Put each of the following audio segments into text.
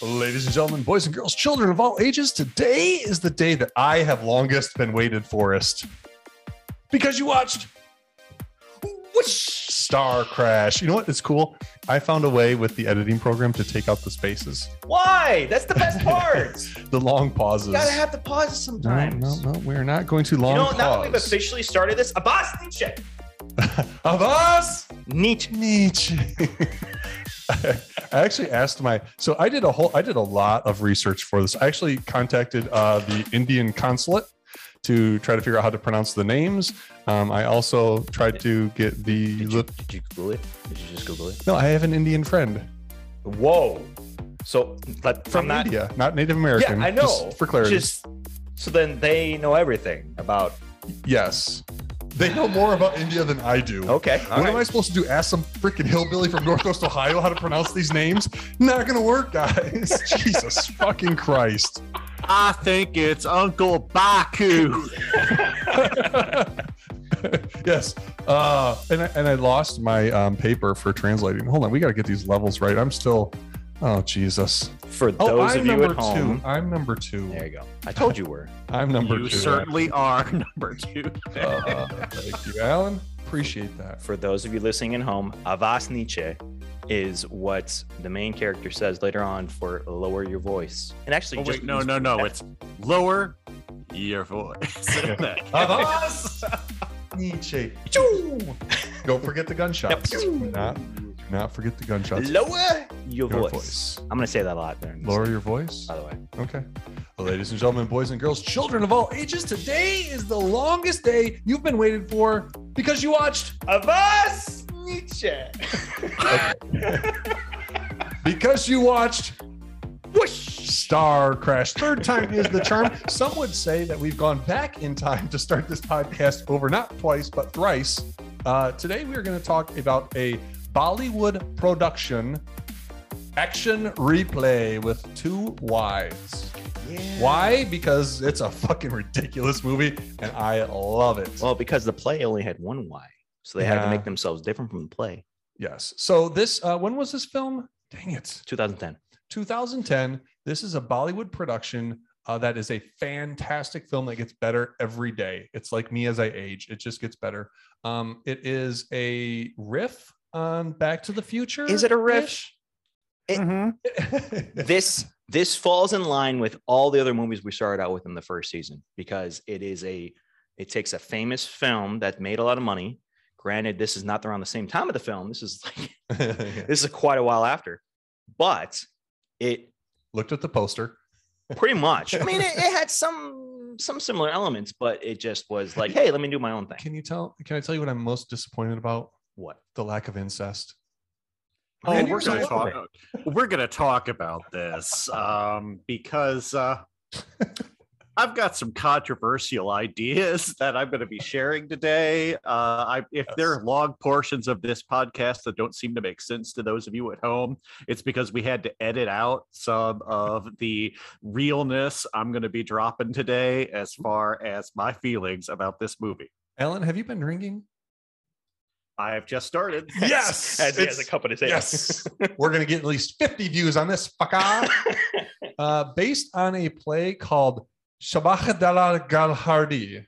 Ladies and gentlemen, boys and girls, children of all ages, today is the day that I have longest been waited forest. Because you watched Whoosh! Star Crash. You know what? It's cool. I found a way with the editing program to take out the spaces, Why? That's the best part. the long pauses. you gotta have the pauses no, sometimes. no, no, we're not going to long you know, pause. now that we've officially started this, Abbas Nietzsche. of us. Nietzsche. Nietzsche. I actually asked my so I did a whole I did a lot of research for this. I actually contacted uh, the Indian consulate to try to figure out how to pronounce the names. Um, I also tried to get the, Did you, did you Google it? Did you just Google it? no. I have an Indian friend Whoa. So But from from that, India, not Native American. yeah, I know. just for clarity, Just so then they know everything about. yes, they know more about India than I do. Okay. all what am right. I supposed to do? Ask some freaking hillbilly from Northwest Ohio how to pronounce these names? Not gonna work, guys. Jesus fucking Christ. I think it's Uncle Baku. yes. Uh, and I, and I lost my um, paper for translating. Hold on, we got to get these levels right. I'm still. Oh Jesus! for Oh, those I'm of you number at home, two. I'm number two. there you go. I told you were. I'm number you two. certainly are number two. Oh, Uh, thank you, Alan. Appreciate that. For those of you listening at home, Avas Nietzsche is what the main character says later on for lower your voice. And actually, Oh, just wait, no, no, no. It's lower your voice. Avast Nietzsche. Don't forget the gunshots. Do not, do not forget the gunshots. lower your, Your voice. voice. I'm gonna say that a lot there. Lower your voice. by the way. Okay. Well, ladies and gentlemen, boys and girls, children of all ages, today is the longest day you've been waiting for because you watched. Abbas Nietzsche. Because you watched. Whoosh! Star Crash. Third time is the charm. Some would say that we've gone back in time to start this podcast over not twice, but thrice. Uh, today, we are going to talk about a Bollywood production action replay with two wives. Why? Because it's a fucking ridiculous movie and I love it. Well, because the play only had one Y, so they had to Yeah. make themselves different from the play. Yes. So this, uh, when was this film? Dang it, 2010. 2010. This is a Bollywood production uh, that is a fantastic film that gets better every day. It's like me as I age; it just gets better. Um, it is a riff on Back to the Future. Is it a riff? Mm-hmm. this this this falls in line with all the other movies we started out with in the first season because it is a it takes a famous film that made a lot of money. Granted, this is not around the same time of the film. This is like this is quite a while after, but it looked at the poster. pretty much. I mean, it, it had some some similar elements, but it just was like, hey, let me do my own thing. Can you tell? Can I tell you what I'm most disappointed about? What? The lack of incest. Oh, Man, you're we're gonna so talk. We're gonna talk about this um, because uh, I've got some controversial ideas that I'm gonna be sharing today. Uh, I, if there are long portions of this podcast that don't seem to make sense to those of you at home, it's because we had to edit out some of the realness I'm gonna be dropping today, as far as my feelings about this movie. Ellen, have you been drinking? I have just started. Yes, as, as it's- a company says. Yes. We're going to get at least 50 views on this fucker. uh, based on a play called Shabakadala Galhardi.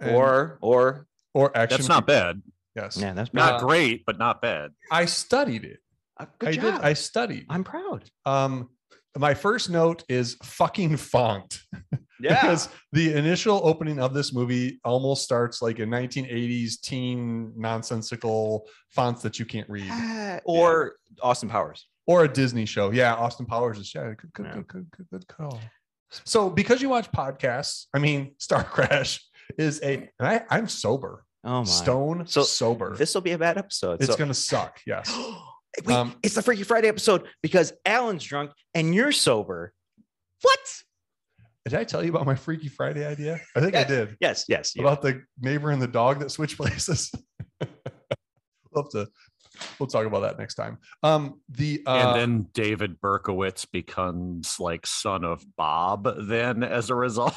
And- Or or or action. That's not bad. Yes. yeah, that's Not Uh, great, but not bad. I studied it. Uh, I good job. did. I studied. I'm proud. Um, my first note is fucking font. Because the initial opening of this movie almost starts like in 1980s teen nonsensical fonts that you can't read. Ah, or Austin Powers. or a Disney show. Yeah, Austin Powers is yeah, good, good, Yeah. good, good, good, good call. So because you watch podcasts, I mean, Star Crash is a. And I, I'm sober, Oh my. stone So sober. This will be a bad episode. it's so- gonna suck. Yes, Wait, Um, it's the Freaky Friday episode because Alan's drunk and you're sober. What? did I tell you about my Freaky Friday idea? I think I Yes. did Yes, yes. you- about the neighbor and the dog that switch places. we'll have to. We'll talk about that next time. Um, the uh, and then David Berkowitz becomes like son of Bob. Then, as a result,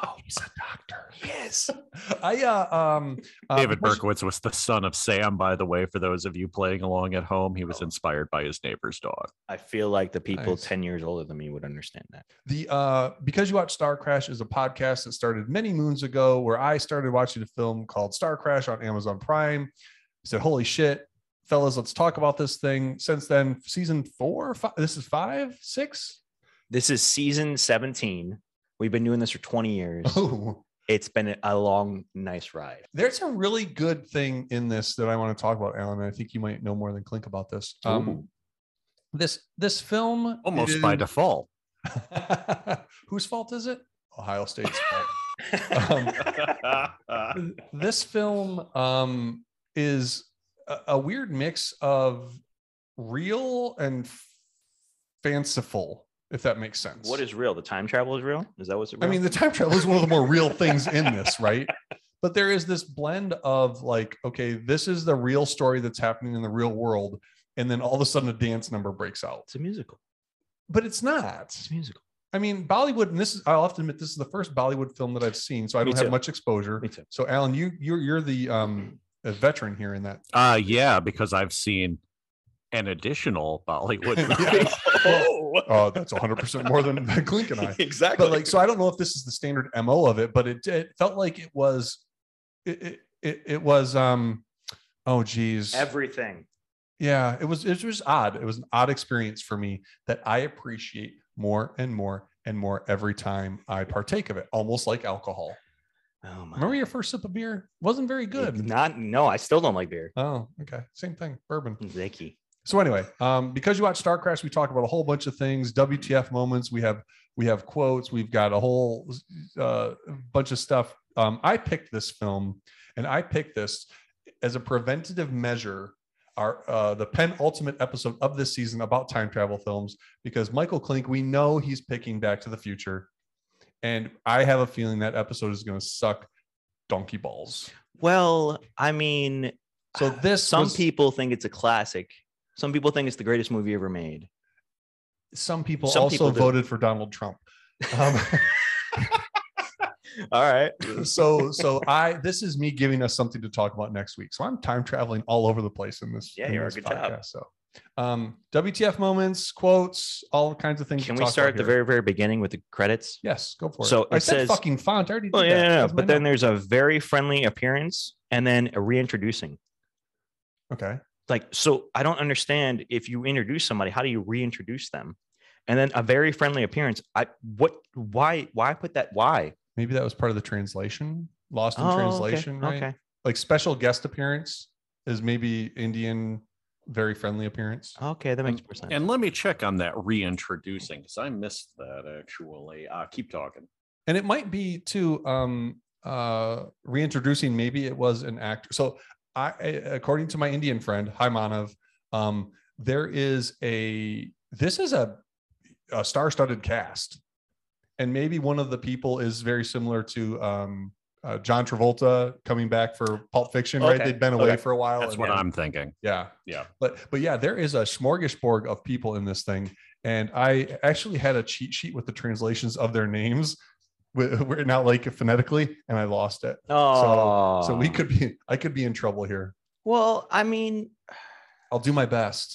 Oh, He's a doctor. He is. I uh um uh, David Percy- Berkowitz was the son of Sam, by the way, for those of you playing along at home. He Oh. was inspired by his neighbor's dog. I feel like the people Nice. 10 years older than me would understand that. the uh because you watch star crash is a podcast that started many moons ago where i started watching a film called star crash on amazon prime I said holy shit fellas let's talk about this thing since then season four five, this is five six This is season 17. We've been doing this for 20 years. oh It's been a long, nice ride. there's a really good thing in this that i want to talk about alan and i think you might know more than clink about this um this this film Almost by is- default. whose fault is it ohio state's fault Um, Uh, this film um, is a, a weird mix of real and f- fanciful, if that makes sense. What is real? The time travel is real? Is that what's real? I mean, the time travel is one of the more real things in this, right? But there is this blend of like, okay, this is the real story that's happening in the real world, and then all of a sudden a dance number breaks out. it's a musical. But it's not. It's a musical. I mean, Bollywood, and this is I'll have to admit, this is the first Bollywood film that I've seen, so I Me don't have too. much exposure. Me too. So, Alan, you you're you're the um, a veteran here in that Uh yeah, because I've seen an additional Bollywood movie. Yeah. Uh, that's 100% more than Clink and I. Oh. exactly. But like, so I don't know if this is the standard MO of it, but it, it felt like it was, it, it, it, it was, um, oh geez. everything. yeah. It was, it was odd. It was an odd experience for me that I appreciate more and more and more every time I partake of it, almost like alcohol. Oh my. Remember your first sip of beer? Wasn't very It's good. Not no, I still don't like beer. Oh, okay. Same thing. Bourbon. Zicky. So anyway, um, because you watch Star Crash, we talk about a whole bunch of things, WTF moments. We have we have quotes. We've got a whole uh, bunch of stuff. Um, I picked this film, and I picked this as a preventative measure. Our uh, the penultimate episode of this season about time travel films because Michael Klink, we know he's picking Back to the Future, and I have a feeling that episode is going to suck donkey balls. Well, I mean, uh, So this some was- people think it's a classic. Some people think it's the greatest movie ever made. Some people Some also people do. voted for Donald Trump. Um, All right. so so i this is me giving us something to talk about next week so i'm time traveling all over the place in this Yeah, in you're a this good job. so um wtf moments quotes all kinds of things Can to we talk start at about the here. very, very beginning with the credits? yes go for it So i it said says- fucking font i already did Oh yeah, that. yeah, yeah. That was but my then note. there's a very friendly appearance and then a reintroducing. okay Like, so I don't understand if you introduce somebody, how do you reintroduce them? And then a very friendly appearance. I what? Why? Why put that? Why? maybe that was part of the translation lost in Oh, okay, translation right Okay. like special guest appearance is maybe indian very friendly appearance Okay. That makes more sense. and let me check on that reintroducing because I missed that actually. Uh, keep talking. and it might be too um uh reintroducing maybe it was an actor so i I- according to my indian friend hi manav um there is a this is a a star-studded cast and maybe one of the people is very similar to um uh, john travolta coming back for pulp fiction right Okay. they've been away Okay. for a while That's and- what I'm thinking. Oh, yeah. Yeah. But but yeah, there is a smorgasbord of people in this thing, and I actually had a cheat sheet with the translations of their names, wi- written out like phonetically, and I lost it. Oh. So we could be, I could be in trouble here. Well, I mean, I'll do my best.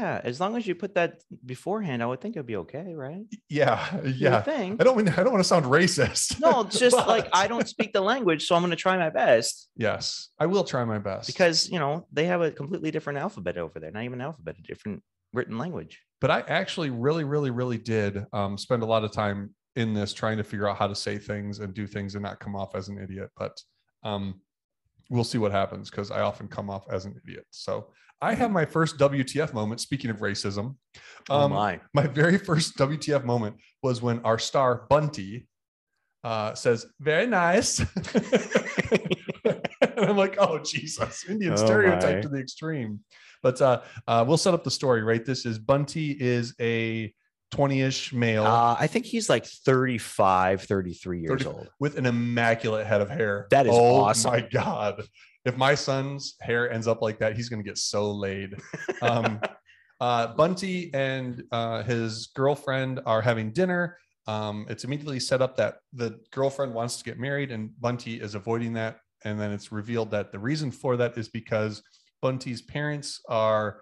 yeah. As long as you put that beforehand, I would think it'd be okay, right? Yeah, You would yeah. think. I don't mean I don't want to sound racist. No, it's just like But- I don't speak the language, so I'm going to try my best Yes, I will try my best. because you know they have a completely different alphabet over there. Not even alphabet, a different written language. but I actually really, really, really did um, spend a lot of time in this trying to figure out how to say things and do things and not come off as an idiot. But um, we'll see what happens because I often come off as an idiot. So I have my first WTF moment. Speaking of racism, oh um, my! my very first WTF moment was when our star Bunty uh, says, "Very nice," and I'm like, "Oh Jesus, Indian Oh, stereotype my. to the extreme." But uh, uh, we'll set up the story, right? This is Bunty is a 20ish male Uh, I think he's like 35, 33 years 30 old. with an immaculate head of hair. That is oh, awesome. my god! If my son's hair ends up like that, he's gonna get so laid. Um, uh, Bunty and uh, his girlfriend are having dinner. Um, it's immediately set up that the girlfriend wants to get married and Bunty is avoiding that. And then it's revealed that the reason for that is because Bunty's parents are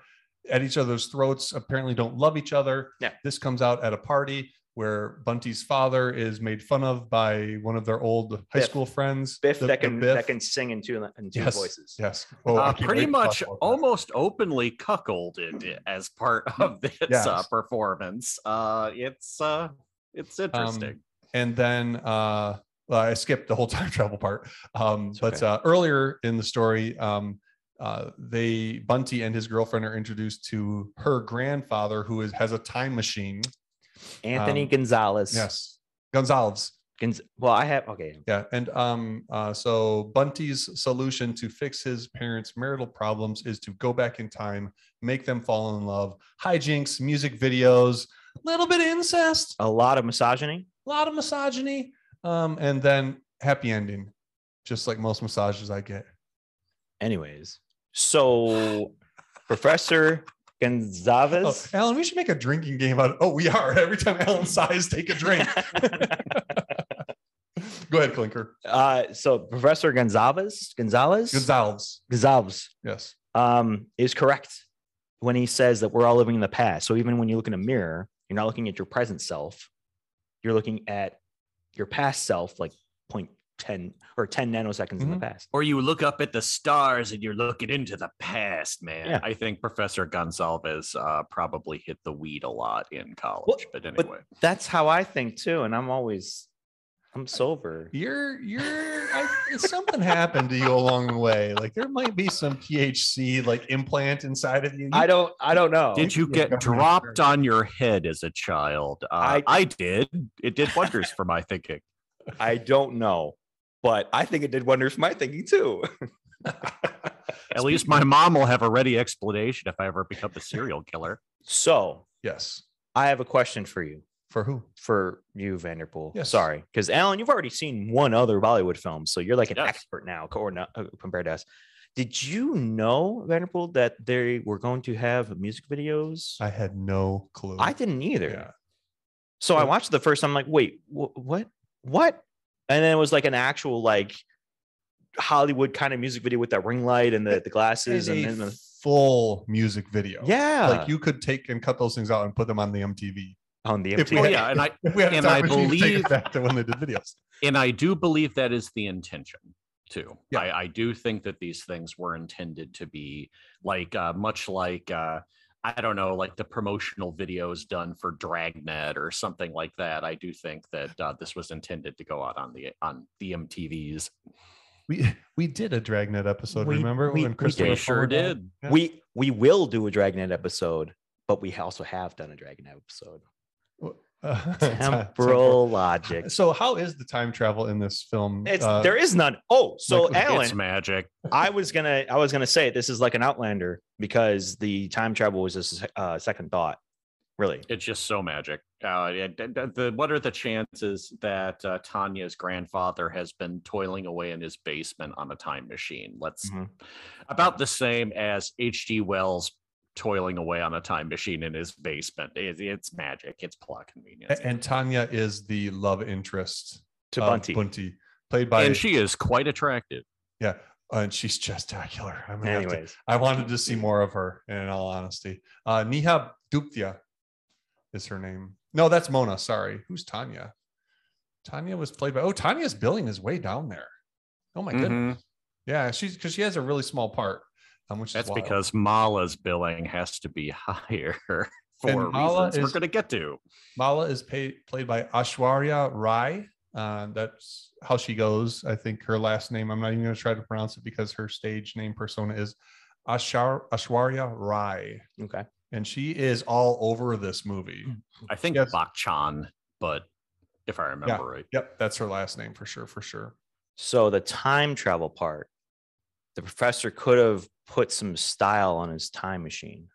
at each other's throats, apparently don't love each other. Yeah. This comes out at a party where Bunty's father is made fun of by one of their old high Biff. school friends. Biff the- that the can Biff. that can sing in two uh, in two Yes. voices. Yes. Oh, I uh, can't wait pretty to talk much about that. almost openly cuckolded it as part of this uh, Yes. performance. Uh, it's uh, it's interesting. and then uh well, I skipped the whole time travel part. Um, It's but okay. uh, earlier in the story, um, uh, they Bunty and his girlfriend are introduced to her grandfather, who is has a time machine. Anthony Um, Gonzalez. Yes, Gonzalez. Gonz- well, I have okay. Yeah, and um, uh, so Bunty's solution to fix his parents' marital problems is to go back in time, make them fall in love, hijinks, music videos, a little bit of incest, A lot of misogyny. a lot of misogyny, um, and then happy ending, just like most massages I get. Anyways, so Professor Oh, Gonzalez. Alan, we should make a drinking game out. Of, oh, we are every time Alan sighs, take a drink. Oh. Go ahead, Clinker uh, so Professor Gonzalez, Gonzalez, Gonzalez. Gonzalez Yes, um, is correct when he says that we're all living in the past. So even when you look in a mirror, you're not looking at your present self. You're looking at your past self, like 0.10 or 10 nanoseconds in the Mhm. past. Or you look up at the stars and you're looking into the past, man. Yeah. I think Professor Gonsalves uh, probably hit the weed a lot in college, but anyway. That's how I think too. And I'm always, I'm sober. you're you're. I, something happened to you along the way. Like there might be some THC like implant inside of you. You- I don't, I don't know. Did you Yeah, get government dropped on your head as a child? Uh, I, I- did. It did wonders for my thinking. I don't know, but I think it did wonders for my thinking too. At least my mom will have a ready explanation if I ever become a serial killer. So yes. I have a question for you. For who? for you, Vanderpool. Yes. Sorry, because Alan, you've already seen one other Bollywood film, so you're like an Yes. expert now, co- or not, uh, compared to us. Did you know Vanderpool that they were going to have music videos? I, I had no clue. didn't either. Yeah. So I Yeah. watched the first. I'm like, wait, wh- what? What? And then it was like an actual like Hollywood kind of music video with that ring light and the, the Is glasses and, a then the, full music video. yeah, Like you could take and cut those things out and put them on the MTV. on the if we Oh had- MTV. yeah, and I If we had a And time I machine, take believe- it back to when they did videos. and I do believe that is the intention too. Yeah. I, I do think that these things were intended to be like uh, much like uh, I don't know, like the promotional videos done for Dragnet or something like that. I do think that uh, this was intended to go out on the on the MTVs. We we did a Dragnet episode. We- remember we- when we Christopher We did. sure Plummer died? did. Yeah. We we will do a Dragnet episode, but we also have done a Dragnet episode. Uh, temporal logic. So how is the time travel in this film? It's Uh, there is none. Oh, so like, it's Alan, magic. I was gonna I was gonna say this is like an Outlander because the time travel was just a uh, second thought, really. It's just so magic. Uh, it- it- it- the, what are the chances that uh, Tanya's grandfather has been toiling away in his basement on a time machine? Let's Mm-hmm. Mhm. about the same as H.G. Wells toiling away on a time machine in his basement. It- it's magic. It's plot convenience. a- and Tanya is the love interest To of Oh, Bunty. Bunty, played by And she is quite attractive. yeah, uh, and she's testacular. I'm gonna have to- Anyways, I wanted to see more of her. In all honesty, uh, Neha Duptia is her name. No, that's Mona. Sorry, who's Tanya? Tanya was played by. Oh, Tanya's billing is way down there. Oh Mm-hmm. my goodness. Yeah, she's because she has a really small part. Um, which That's is wild. because Mala's billing has to be higher for Mala reasons we're is- going to get to. Mala is pay, played by Ashwarya Rai. Uh, that's how she goes. I think her last name. I'm not even going to try to pronounce it because her stage name persona is Ashar, Ashwarya Rai, okay. and she is all over this movie. I think Yes. Bak Chan, but if I remember right. Yep, that's her last name for sure. For sure. So the time travel part, the professor could have put some style on his time machine.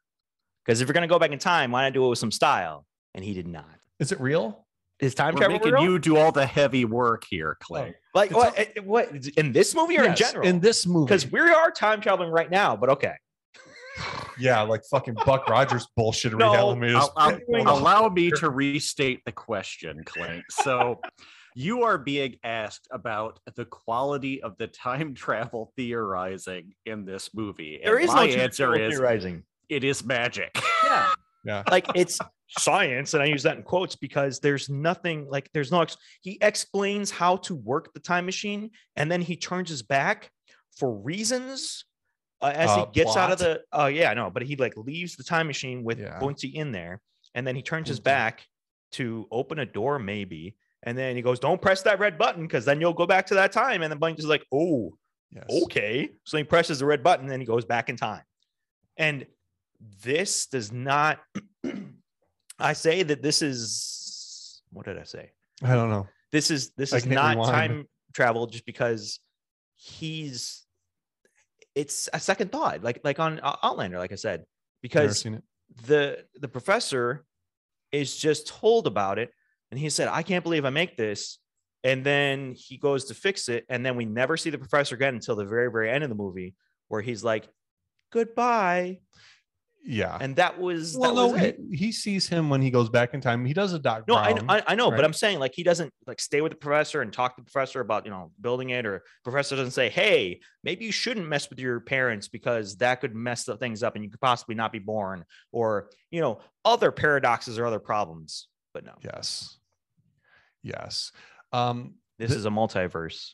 Because if you're gonna go back in time, why not do it with some style? And he did not. Is it real? His time We're travel making real? you do all the heavy work here, Clay. like it's what, eh, what in this movie or in general? in this movie. because we are time traveling right now, but okay. yeah, like fucking Buck Rogers bullshit. No, rehabbing me. I'll- I'll- allow me to restate the question, Clint. So you are being asked about the quality of the time travel theorizing in this movie. And There is my no answer theoretical is theorizing. it is magic. Yeah. Yeah. Like it's science, and I use that in quotes because there's nothing like there's no ex- he explains how to work the time machine and then he turns his back for reasons uh, as Uh, he gets out of plot? the oh yeah, I know, but he like leaves the time machine with Yeah. Mm-hmm. Bunty in there and then he turns his Bunty. back to open a door maybe and then he goes, Don't press that red button because then you'll go back to that time. And then Bunty's like, Oh, Yes. okay. So he presses the red button and he goes back in time. And this does not, I say that this is, what did I say? I don't know. This is, this I is can't not rewind. time travel just because he's, it's a second thought, like, like on Out- Outlander, like I said, Never because seen it. the the professor is just told about it and he said i can't believe i make this and then he goes to fix it and then we never see the professor again until the very very end of the movie where he's like goodbye Yeah. and that was well, that no, was he, it. he sees him when he goes back in time. He does a Doc no I, Brown. I, I know Um, right? but i'm saying like he doesn't like stay with the professor and talk to the professor about you know building it or professor doesn't say hey maybe you shouldn't mess with your parents because that could mess the things up and you could possibly not be born or you know other paradoxes or other problems but no yes. Yes. Um, This The- is a multiverse,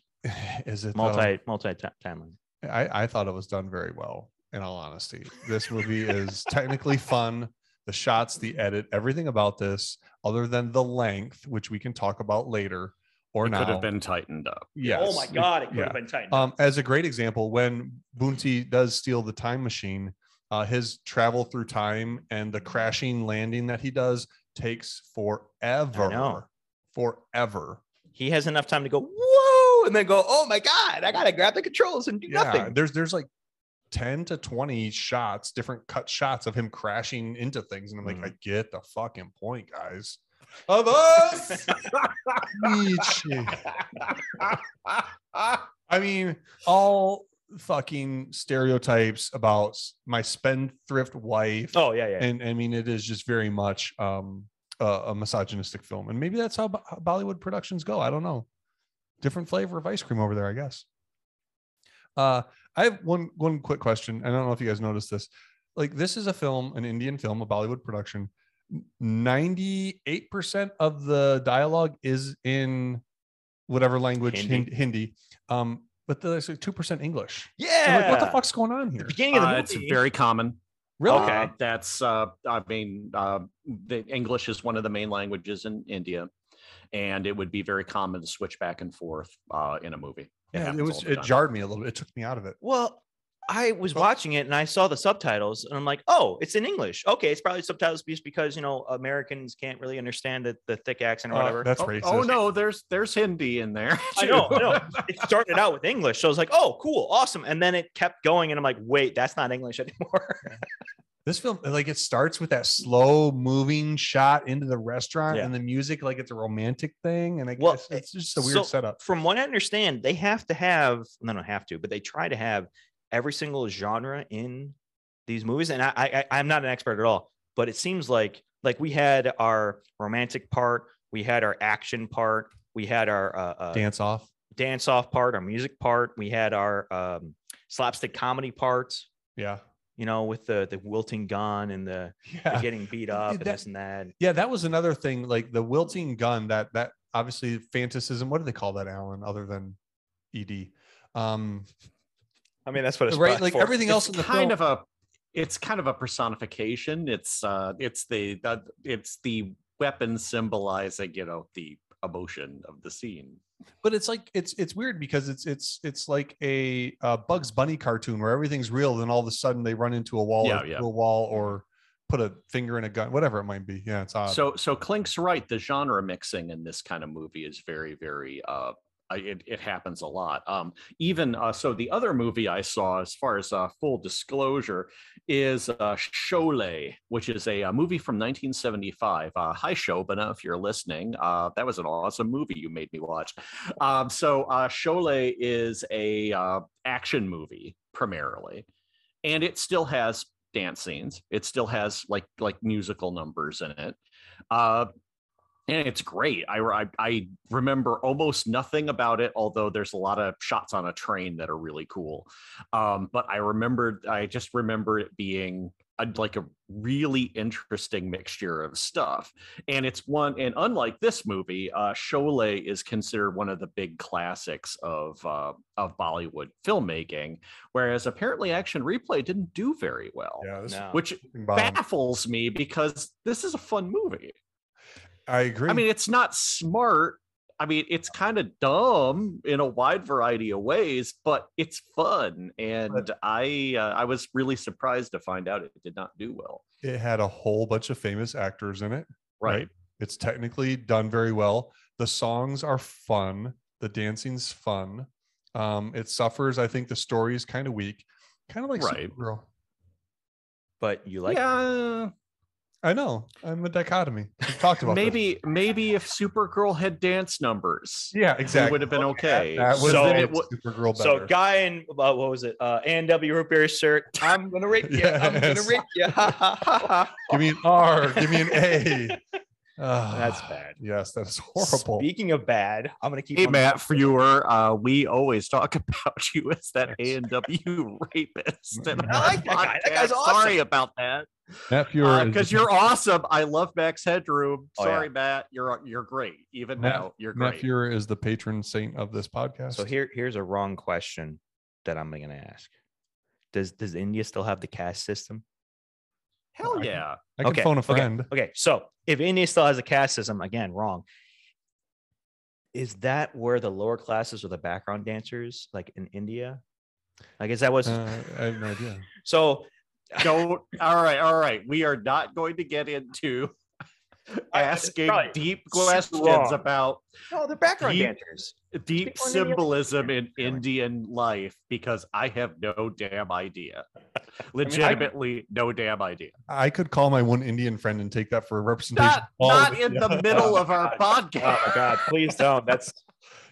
is it though? multi multi ti- timeline. I, I thought it was done very well, in all honesty. This movie is technically fun. The shots, the edit, everything about this, other than the length, which we can talk about later or It now. could have been tightened up. Yes. Oh my god, it could yeah. have been Titan. Um, as a great example, when Bunty does steal the time machine, uh, his travel through time and the crashing landing that he does takes I know. forever. Forever. he has enough time to go whoa, and then go. Oh my god, I gotta grab the controls and do Yeah, nothing. there's there's like ten to twenty shots, different cut shots of him crashing into things, and I'm like, Mhm. I get the fucking point, guys. Of us. I mean, all fucking stereotypes about s- my spendthrift wife. Oh yeah, yeah. and I mean, it is just very much um, a, a misogynistic film, and maybe that's how, Bo- how Bollywood productions go. I don't know. Different flavor of ice cream over there, I guess. Uh, I have one one quick question. I don't know if you guys noticed this. Like, this is a film, an Indian film, a Bollywood production. Ninety-eight percent of the dialogue is in whatever language, Hindi. Hindi. Hindi. Um, but there's like two percent English. I'm yeah. Like, what the fuck's going on The here? beginning of the Uh, movie. it's very common. Really? Okay. Uh, that's, uh, I mean, uh, the English is one of the main languages in India, and it would be very common to switch back and forth uh, in a movie. Yeah, it happens all was. the It time. jarred me a little bit. It took me out of it. well, I was watching it and I saw the subtitles and I'm like, oh, it's in English. Okay, it's probably subtitles just because you know Americans can't really understand the, the thick accent or Uh, whatever. that's Oh, racist. oh, no, there's there's Hindi in there. I too. know, I know. It started out with English, so I was like, oh, cool, awesome, and then it kept going and I'm like, wait, that's not English anymore. This film, like, it starts with that slow moving shot into the restaurant Yeah. and the music, like it's a romantic thing. And I Well, guess it's just a weird so- setup. from what I understand, they have to have no, no, have to, but they try to have every single genre in these movies. And I, I, I- I'm not an expert at all, but it seems like like we had our romantic part, we had our action part, we had our uh, uh, Dance off. dance off part, our music part, we had our um, slapstick comedy part. Yeah. You know, with the the wilting gun and the, the Yeah. getting beat up and that- this and that. Yeah. That was another thing. Like the wilting gun, that, that obviously fantasism. What do they call that, Alan, other than ED? Um, I mean, that's what it's right. brought Like for. everything else in it's the film. kind of a it's kind of a personification it's uh it's the, the it's the weapon symbolizing you know the emotion of the scene but it's like it's it's weird because it's it's it's like a uh, Bugs Bunny cartoon where everything's real, then all of a sudden they run into a wall, Yeah, or yeah. to a wall, or put a finger in a gun, whatever it might be. Yeah, it's odd. so so clink's right the genre mixing in this kind of movie is very very uh I- it, it happens a lot um even uh so the other movie i saw as far as uh full disclosure is uh Sholay, which is a, uh movie from 1975 uh hi shobana if you're listening uh that was an awesome movie you made me watch um so uh Sholay is a uh action movie primarily and it still has dance scenes. It still has like like musical numbers in it. Uh, and it's great. I, I I remember almost nothing about it, although there's a lot of shots on a train that are really cool. Um, but I remembered, I just remember it being a, like a really interesting mixture of stuff. And it's one, and unlike this movie, uh, Sholay is considered one of the big classics of uh, of Bollywood filmmaking, whereas apparently Action Replay didn't do very well, Yeah, this No. which is bomb. baffles me because this is a fun movie. I agree. I mean, it's not smart. I mean, it's kind of dumb in a wide variety of ways, but it's fun, and I uh, I was really surprised to find out it did not do well. it had a whole bunch of famous actors in it. Right. It's technically done very well. The songs are fun. The dancing's fun. Um, it suffers. I think the story is kind of weak, kind of like Right. Supergirl. but you like yeah. I know. I'm a dichotomy. We've talked about this. Maybe maybe if Supergirl had dance numbers, Yeah, it exactly. would have been okay. That was So- so, then it would- Supergirl So, better. guy in uh, what was it? Uh, A&W root beer shirt. I'm gonna rape you. I'm gonna Yes. rape you. Ha, ha, ha, ha. give me an R. Give me an A. That's Ah, bad. Yes, that is horrible. Speaking of bad, I'm gonna keep. Hey on- Matt Frewer, uh, we always talk about you as that A and W rapist. and I like that guy. That guy's podcast. awesome. Sorry about that. Matt Fuhrer is- because Uh, you're awesome. I love Max Headroom. Oh, yeah. Sorry, Matt. You're you're great. Even Matt- now, you're Matt great. Fuhrer is the patron saint of this podcast. So here, here's a wrong question that I'm going to ask. Does Does India still have the caste system? I Hell can- yeah. I can okay, phone a friend. Okay, so if India still has a caste system, again, wrong. Is that where the lower classes or the background dancers, like in India? Like, is that what's Uh, I have no idea. so? Don't. all right. All right. We are not going to get into I- asking right. deep So questions wrong. about No, they're background He- dancers. deep People in India- symbolism in Indian life because I have no damn idea. Legitimately, no damn idea. I could call my one Indian friend and take that for a representation. Not, of all of not it. in the middle of our Oh my podcast. god! Please don't. That's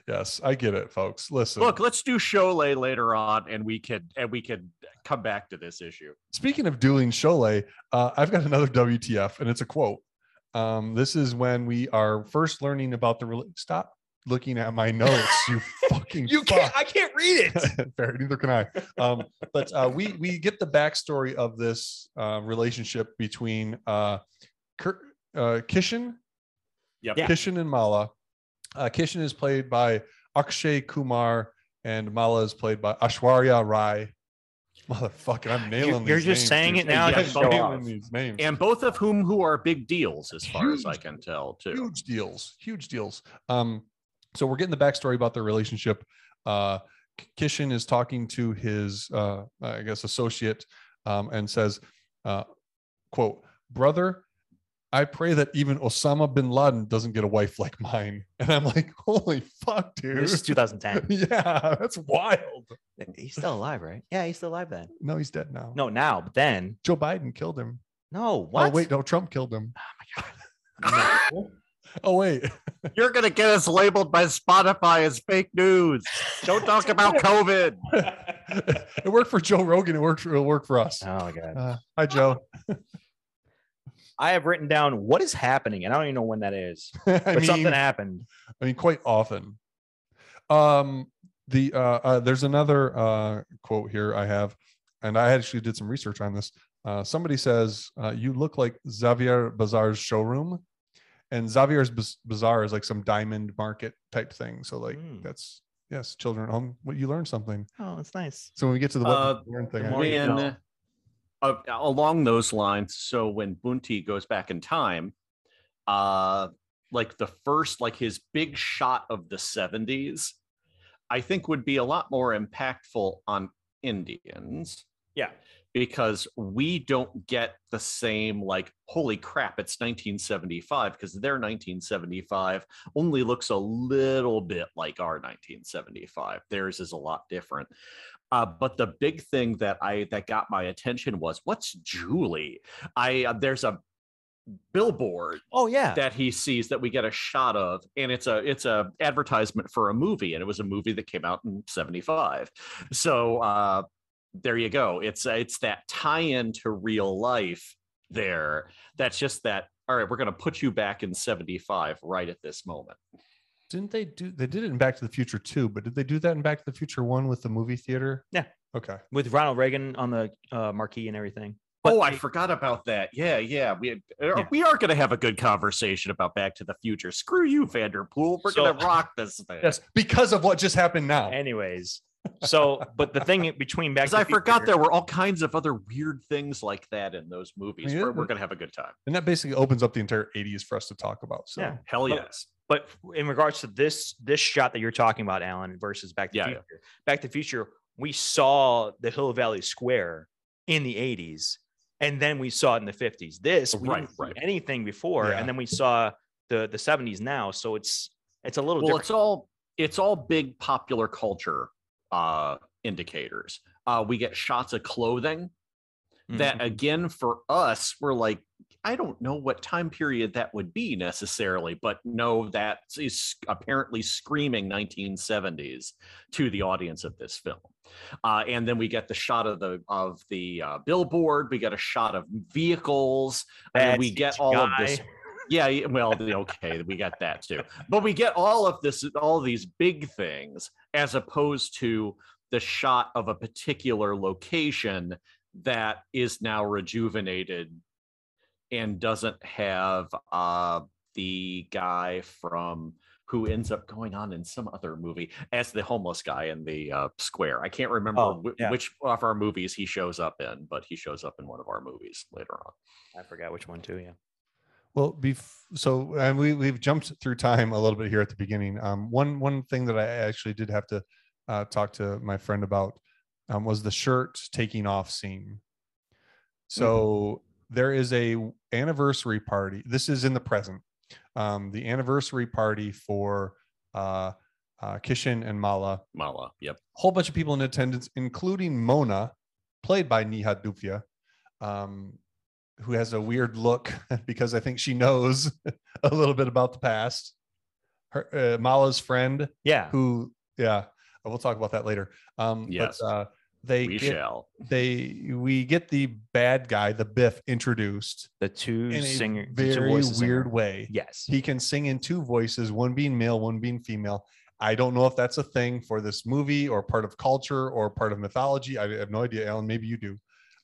Yes, I get it, folks. Listen, Look, let's do Sholay later on, and we can and we can come back to this issue. speaking of dueling Sholay, uh, I've got another WTF, and it's a quote. Um, this is when we are first learning about the. Rel- Stop looking at my notes, you fucking. you fuck. can't. I can't read it. Fair, neither can I. Um, but uh, we we get the backstory of this uh, relationship between uh, Kir- uh, Kishan, Yep. Yeah. Kishan and Mala. Uh, Kishan is played by Akshay Kumar, and Mala is played by Ashwarya Rai. Motherfucking, I'm nailing. you're these just names, saying dude. it now just I'm to nailing show off. these names. and both of whom who are big deals as far as I can tell too. huge deals huge deals um so we're getting the backstory about their relationship uh K- kishin is talking to his uh i guess associate um and says uh quote brother i pray that even osama bin laden doesn't get a wife like mine and i'm like holy fuck dude This is 2010. yeah that's wild he's still alive, right? Yeah, he's still alive then. no he's dead now No, now, but then, joe biden killed him no. What? oh wait no trump killed him oh wait You're gonna get us labeled by Spotify as fake news. Don't talk about COVID. it worked for joe rogan it worked for, it'll work for us Oh my god. Uh, hi, Joe. I have written down what is happening, and I don't even know when that is, I but something mean, happened. I mean, quite often. Um, the uh, uh, there's another uh, quote here I have, and I actually did some research on this. Uh, somebody says uh, you look like Xavier Bazaar's showroom, and Xavier's Baz- Bazaar is like some diamond market type thing. So like Hmm. that's yes, children at home, what you learn something. Oh, it's nice. So when we get to the Uh, what you learn thing, the I- more you When know. uh, along those lines, so when Bunty goes back in time, uh, like the first, like his big shot of the '70s, I think would be a lot more impactful on Indians. Yeah. because we don't get the same like holy crap it's 1975 because their 1975 only looks a little bit like our 1975 theirs is a lot different uh, but the big thing that i that got my attention was what's julie i uh, there's a billboard Oh yeah. that he sees that we get a shot of and it's a it's a advertisement for a movie and it was a movie that came out in 75 so uh there you go. It's it's that tie-in to real life there. That's just that. All right, we're going to put you back in 75 right at this moment. Didn't they do? They did it in Back to the Future too, but did they do that in Back to the Future one with the movie theater? Yeah. Okay. with Ronald Reagan on the uh, marquee and everything. oh, I forgot about that. Yeah, yeah. We uh, Yeah. we are going to have a good conversation about Back to the Future. Screw you, Vanderpool. We're So- going to rock this thing. Yes, because of what just happened now. Anyways, so but the thing between back, Because to I the Future- forgot there were all kinds of other weird things like that in those movies. Yeah. We're, we're going to have a good time. and that basically opens up the entire 80s for us to talk about. So Yeah. Hell But- yes. But in regards to this this shot that you're talking about, Alan, versus Back to Yeah, the yeah. Future, Back to the Future, we saw the Hill Valley Square in the '80s, and then we saw it in the '50s. This we Right, didn't see right. anything before, Yeah. and then we saw the the '70s now. So it's it's a little well different. it's all it's all big popular culture uh indicators uh we get shots of clothing that Mm-hmm. again for us we're like i don't know what time period that would be necessarily but no that is apparently screaming 1970s to the audience of this film uh, and then we get the shot of the of the uh, billboard we get a shot of vehicles and then we Mm-hmm. Bad get all of this CGI. yeah y- well the- okay we got that too but we get all of this all these big things as opposed to the shot of a particular location that is now rejuvenated and doesn't have uh the guy from who ends up going on in some other movie as the homeless guy in the uh, square i can't remember Oh, whi- yeah. which of our movies he shows up in but he shows up in one of our movies later on I forgot which one too. Yeah. well, bef- so and we we've jumped through time a little bit here at the beginning. Um, one one thing that I actually did have to uh, talk to my friend about um, was the shirt taking off scene. So there is a anniversary party. This is in the present. Um, the anniversary party for uh, uh, Kishin and Mala. mala yep whole bunch of people in attendance, including Mona, played by Nihat Dufia, um, who has a weird look because I think she knows a little bit about the past. Her uh, Mala's friend, Yeah. who yeah, we'll talk about that later. Um, Yes. but, uh, they we get- shall they we get the bad guy, the Biff, introduced The two in a singer, the two very voices in weird there. way. Yes. He can sing in two voices, one being male, one being female. I don't know if that's a thing for this movie or part of culture or part of mythology. I have no idea, Alan. Maybe you do.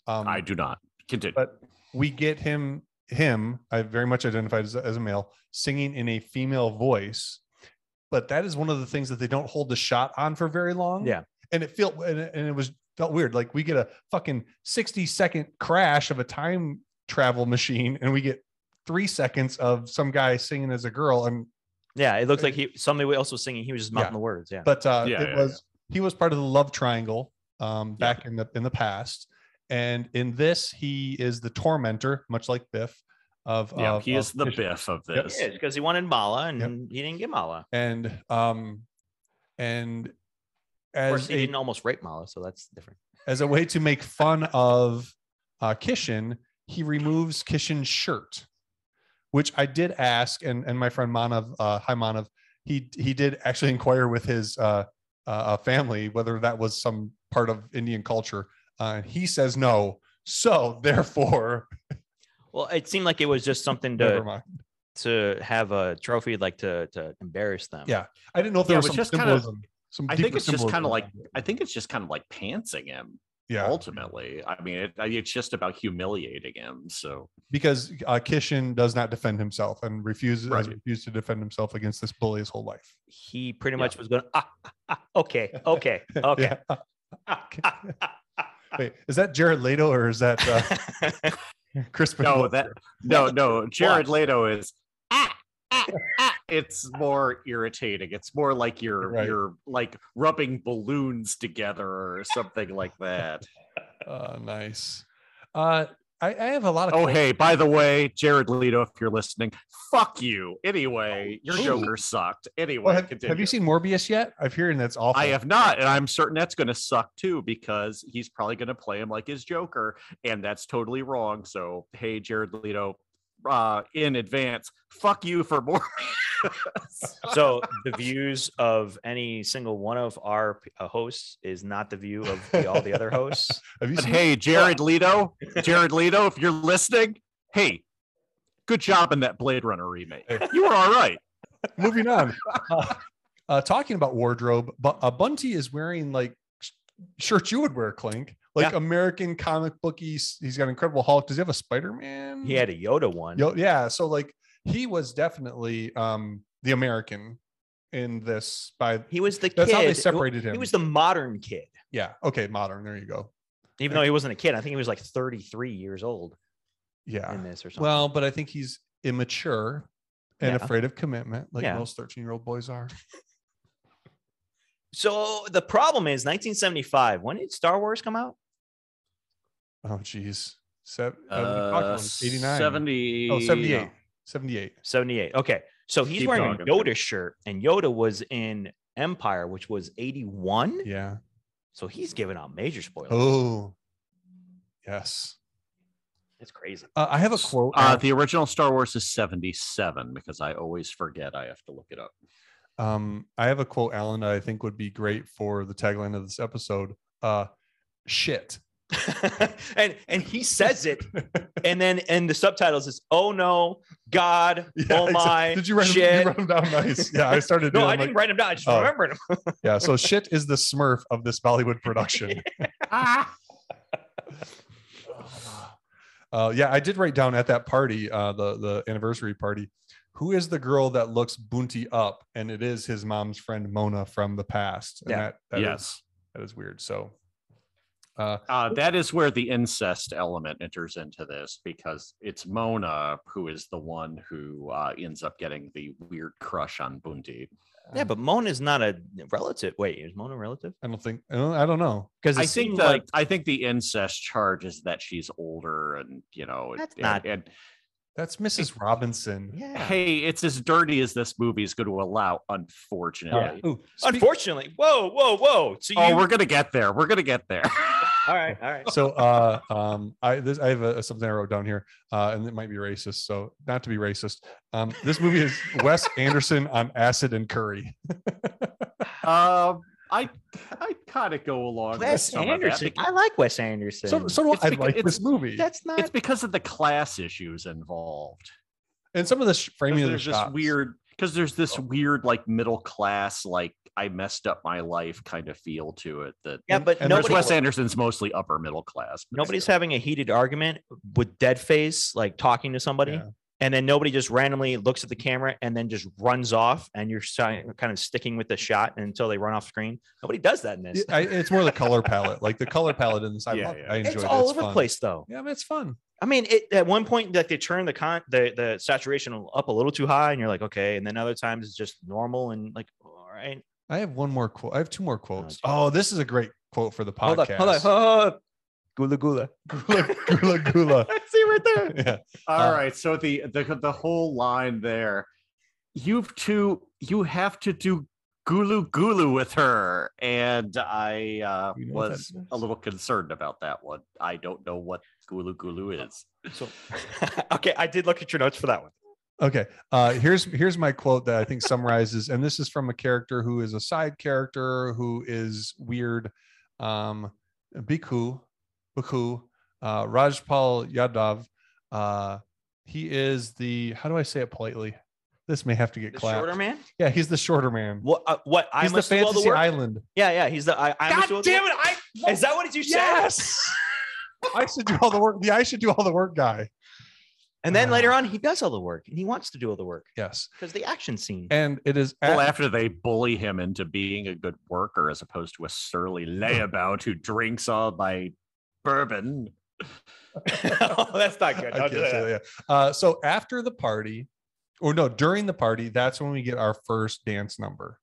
Um, I do not. Continue. But we get him, him, I very much identified as, as a male, singing in a female voice. But that is one of the things that they don't hold the shot on for very long. Yeah. And it felt, and it, and it was felt weird. Like we get a fucking 60 second crash of a time travel machine and we get three seconds of some guy singing as a girl. And Yeah, it looked like he somebody else was singing. He was just mouthing Yeah. the words. Yeah, but uh, Yeah, it yeah, was he was part of the love triangle um, Yeah. back in the in the past, and in this he is the tormentor, much like Biff. Of yeah, of- he is of the Fish- biff of Yep. this. because he wanted Mala and Yep. he didn't get Mala. and um, and Of course, as he a, didn't almost rape Mala, so that's different. as a way to make fun of uh, Kishin, he removes Kishin's shirt, which I did ask, and and my friend Manav, uh, hi Manav, he he did actually inquire with his uh, uh, family whether that was some part of Indian culture, uh, and he says no. So therefore, Well, it seemed like it was just something never to mind. to have a trophy, like to to embarrass them. Yeah. I didn't know if there was Yeah, it some was just kinda- symbolism. some I think deeper it's just symbolism. kinda like- I think it's just kind of like pantsing him yeah, ultimately. I mean, it, it's just about humiliating him. So because uh, Kishin does not defend himself and refuses has Right. refused to defend himself against this bully his whole life. he pretty Yeah. much was going. Ah, ah, ah, okay, okay, okay. Yeah. ah, Okay. ah, ah, ah, Wait, is that Jared Leto or is that uh, ah." Crispin? no, Glover? that no, no. Jared What? Leto is ah, ah, ah. It's more irritating. It's more like you're Right. you're like rubbing balloons together or something like that. Uh, nice. Uh, I, I have a lot of. Oh, hey, by the way, Jared Leto, if you're listening, fuck you. Anyway, your Ooh. Joker sucked. Anyway, Well, have, have continue. you seen Morbius yet? I'm hearing that's awful. I have not, and I'm certain that's going to suck too because he's probably going to play him like his Joker, and that's totally wrong. So, hey, Jared Leto, uh, in advance. Fuck you for more. So the views of any single one of our p- uh, hosts is not the view of the, all the other hosts. Have you But seen? hey, Jared Leto, Jared Leto, if you're listening, hey, good job in that Blade Runner remake. You were all right. Moving on. Uh, talking about wardrobe, but uh, Bunty is wearing like sh- shirts you would wear, Clink, like American comic booky. s- He's got Incredible Hulk. Does he have a Spider Man? He had a Yoda one. Yo, yeah. So like he was definitely um the American in this. By He was the that's kid. how they who- separated him. He was the modern kid, yeah. Okay, modern. There you go. even though he wasn't a kid. I think he was like 33 years old Yeah. in this or something. Well, but I think he's immature and Yeah. afraid of commitment, like Yeah. most 13 year old boys are. so the problem is 1975. When did Star Wars come out? Oh, geez. Seven, uh, 89. 70. oh, 78. 78. 78. Okay. So he's Keep wearing talking. a Yoda shirt, and Yoda was in Empire, which was 81. Yeah. So he's giving out major spoilers. Oh, yes. It's crazy. Uh, I have a quote. Uh, the original Star Wars is 77 because I always forget. I have to look it up. um, I have a quote, Alan, that I think would be great for the tagline of this episode. Uh, shit. and and he says it, and then and the subtitles is oh no, God, Yeah, oh exa- my, Did you write, shit. you wrote them down nice? Yeah, I started. no, doing I them, like- didn't write him down. I just Oh. remembered him. yeah, so shit is the Smurf of this Bollywood production. Uh, yeah, I did write down at that party, uh, the the anniversary party, who is the girl that looks Bunty up, and it is his mom's friend Mona from the past. And Yeah. that, that is- yes. that is weird. So, uh, Uh, that is where the incest element enters into this because it's Mona who is the one who uh, ends up getting the weird crush on Bundy. Yeah, but Mona's not a relative. Wait, is Mona a relative? I don't think I don't, I don't know. Because I think that I think the incest charge is that she's older and you know That's and, not- and That's Mrs. Robinson. yeah. hey, it's as dirty as this movie is going to allow, unfortunately. Ooh, speak- Unfortunately, whoa, whoa, whoa. So you, Oh, we're gonna get there. We're gonna get there. all right, all right. so uh um i this i have a, something i wrote down here uh and it might be racist so not to be racist um this movie is wes anderson on acid and curry um, I I kind of go along. with Wes some of that Anderson. because- I like Wes Anderson. so so do It's i beca- like it's- this movie that's not it's because of the class issues involved. and some of the sh- 'Cause framing of the there's this shots. Oh. weird because there's this weird like middle class like I messed up my life kind of feel to it that yeah, but and Whereas nobody, Wes Anderson's mostly upper middle class. but nobody's still. having a heated argument with dead face, like talking to somebody, Yeah. and then nobody just randomly looks at the camera and then just runs off, and you're si- kind of sticking with the shot until they run off screen. Nobody does that in this. It- I, it's more the color palette like the color palette in this i Yeah, love it. yeah. i enjoy it's it. all over the fun. place, though. yeah but it's fun I mean, it, at one point, like they turn the con the the saturation up a little too high, and you're like, okay. And then other times it's just normal, and like, all right. i have one more quote i have two more quotes geez. oh this is a great quote for the podcast Hold up, hold up, hold up. Gula gula. gula gula I see right there. yeah All Uh, right, so the the the whole line there, you've to you have to do gulu gulu with her, and I uh, You know what that was means? a little concerned about that one. I don't know what gulu gulu is. So, okay, I did look at your notes for that one. Okay. Uh, here's here's my quote that I think summarizes, and this is from a character who is a side character who is weird. Um, Bhikkhu, Bhikkhu, uh, Rajpal Yadav. Uh, he is the how do I say it politely? This may have to get The clapped. shorter man. Yeah, he's the shorter man. What? Uh, what? I he's the must do all fantasy the work. island. yeah, yeah. He's the. I, I must do all the work. I Is that what you said? Yes. I should do all the work. The I should do all the work guy. And then Ah. later on, he does all the work, and he wants to do all the work Yes. because the action scene. And it is Well, at- after they bully him into being a good worker as opposed to a surly layabout who drinks all my bourbon. oh, that's not good. Don't I can't do say that, yeah. Uh, so after the party, or no, during the party, that's when we get our first dance number,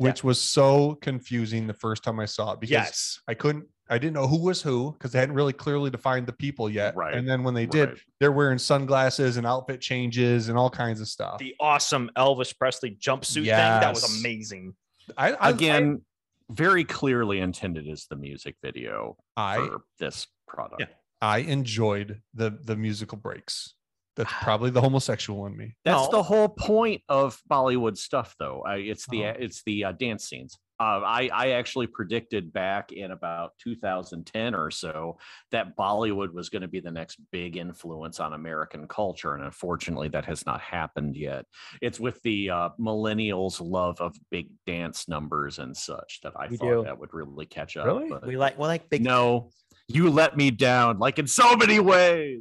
Yeah. which was so confusing the first time I saw it because yes. I couldn't, I didn't know who was who because they hadn't really clearly defined the people yet. Right, And then when they did, Right. they're wearing sunglasses and outfit changes and all kinds of stuff. The awesome Elvis Presley jumpsuit thing. That Yes. was amazing. I, I Again, very clearly intended as the music video I for this product. Yeah. I enjoyed the the musical breaks. Ah. That's probably the homosexual in me. That's No. the whole point of Bollywood stuff, though. I, it's the Oh. it's the uh, dance scenes. Uh, I I actually predicted back in about 2010 or so that Bollywood was going to be the next big influence on American culture, and unfortunately, that has not happened yet. It's with the uh, millennials' love of big dance numbers and such that I We thought do. that would really catch up. Really? but We like we like big. no, you let me down, like in so many ways,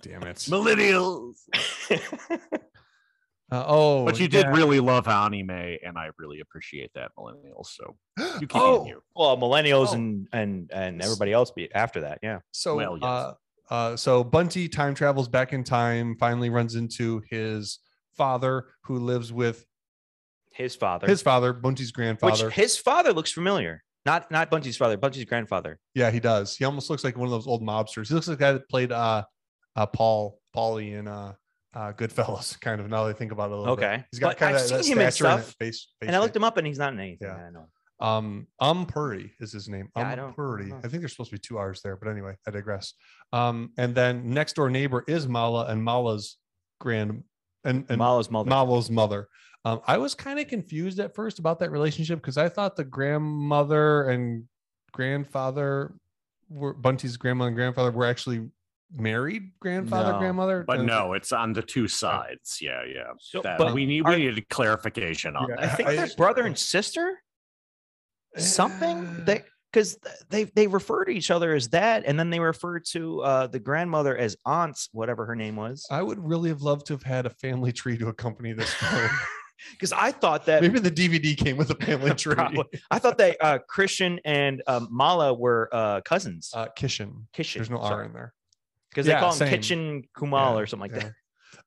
Damn it. Uh, millennials. oh, but you did yeah. really love anime, and I really appreciate that, millennials. So you can Oh, you. Well, millennials Oh. and and and everybody else be after that. Yeah. So, Well, yes. uh, uh, so Bunty time travels back in time, finally runs into his father who lives with His father. his father, Bunty's grandfather. Which his father looks familiar. Not not Bunchy's father, Bunchy's grandfather. yeah, he does. He almost looks like one of those old mobsters. He looks like the guy that played uh, uh, Paul, Paulie in uh, uh, Goodfellas, kind of. Now that I think about it a little bit. Okay. He's got But kind of I've that, that seen him in stature and that stuff, face. face And I shape. looked him up and he's not in anything. Yeah. I know. Um, Umpuri is his name. Yeah, I don't- Umpuri. don't I, know. think there's supposed to be two R's there, but anyway, I digress. Um, and then next door neighbor is Mala and Mala's grand and, and Mala's mother. Mala's mother. Um, I was kind of confused at first about that relationship because I thought the grandmother and grandfather were Bunty's grandma and grandfather were actually married grandfather, No, grandmother. But And- no, it's on the two sides. Yeah, yeah. So- That- but we need are- we needed clarification on Yeah. I that. think I- they're brother and sister. Something they because they they refer to each other as that, and then they refer to uh, the grandmother as aunts, whatever her name was. I would really have loved to have had a family tree to accompany this story. Because I thought that Maybe the DVD came with a family tree. Probably. I thought that uh, Christian and um, Mala were uh, cousins. Uh, Kishin. Kishin. There's no R in there. Because Yeah, they call him same. Kitchen Yeah, Kumal or something like yeah. that.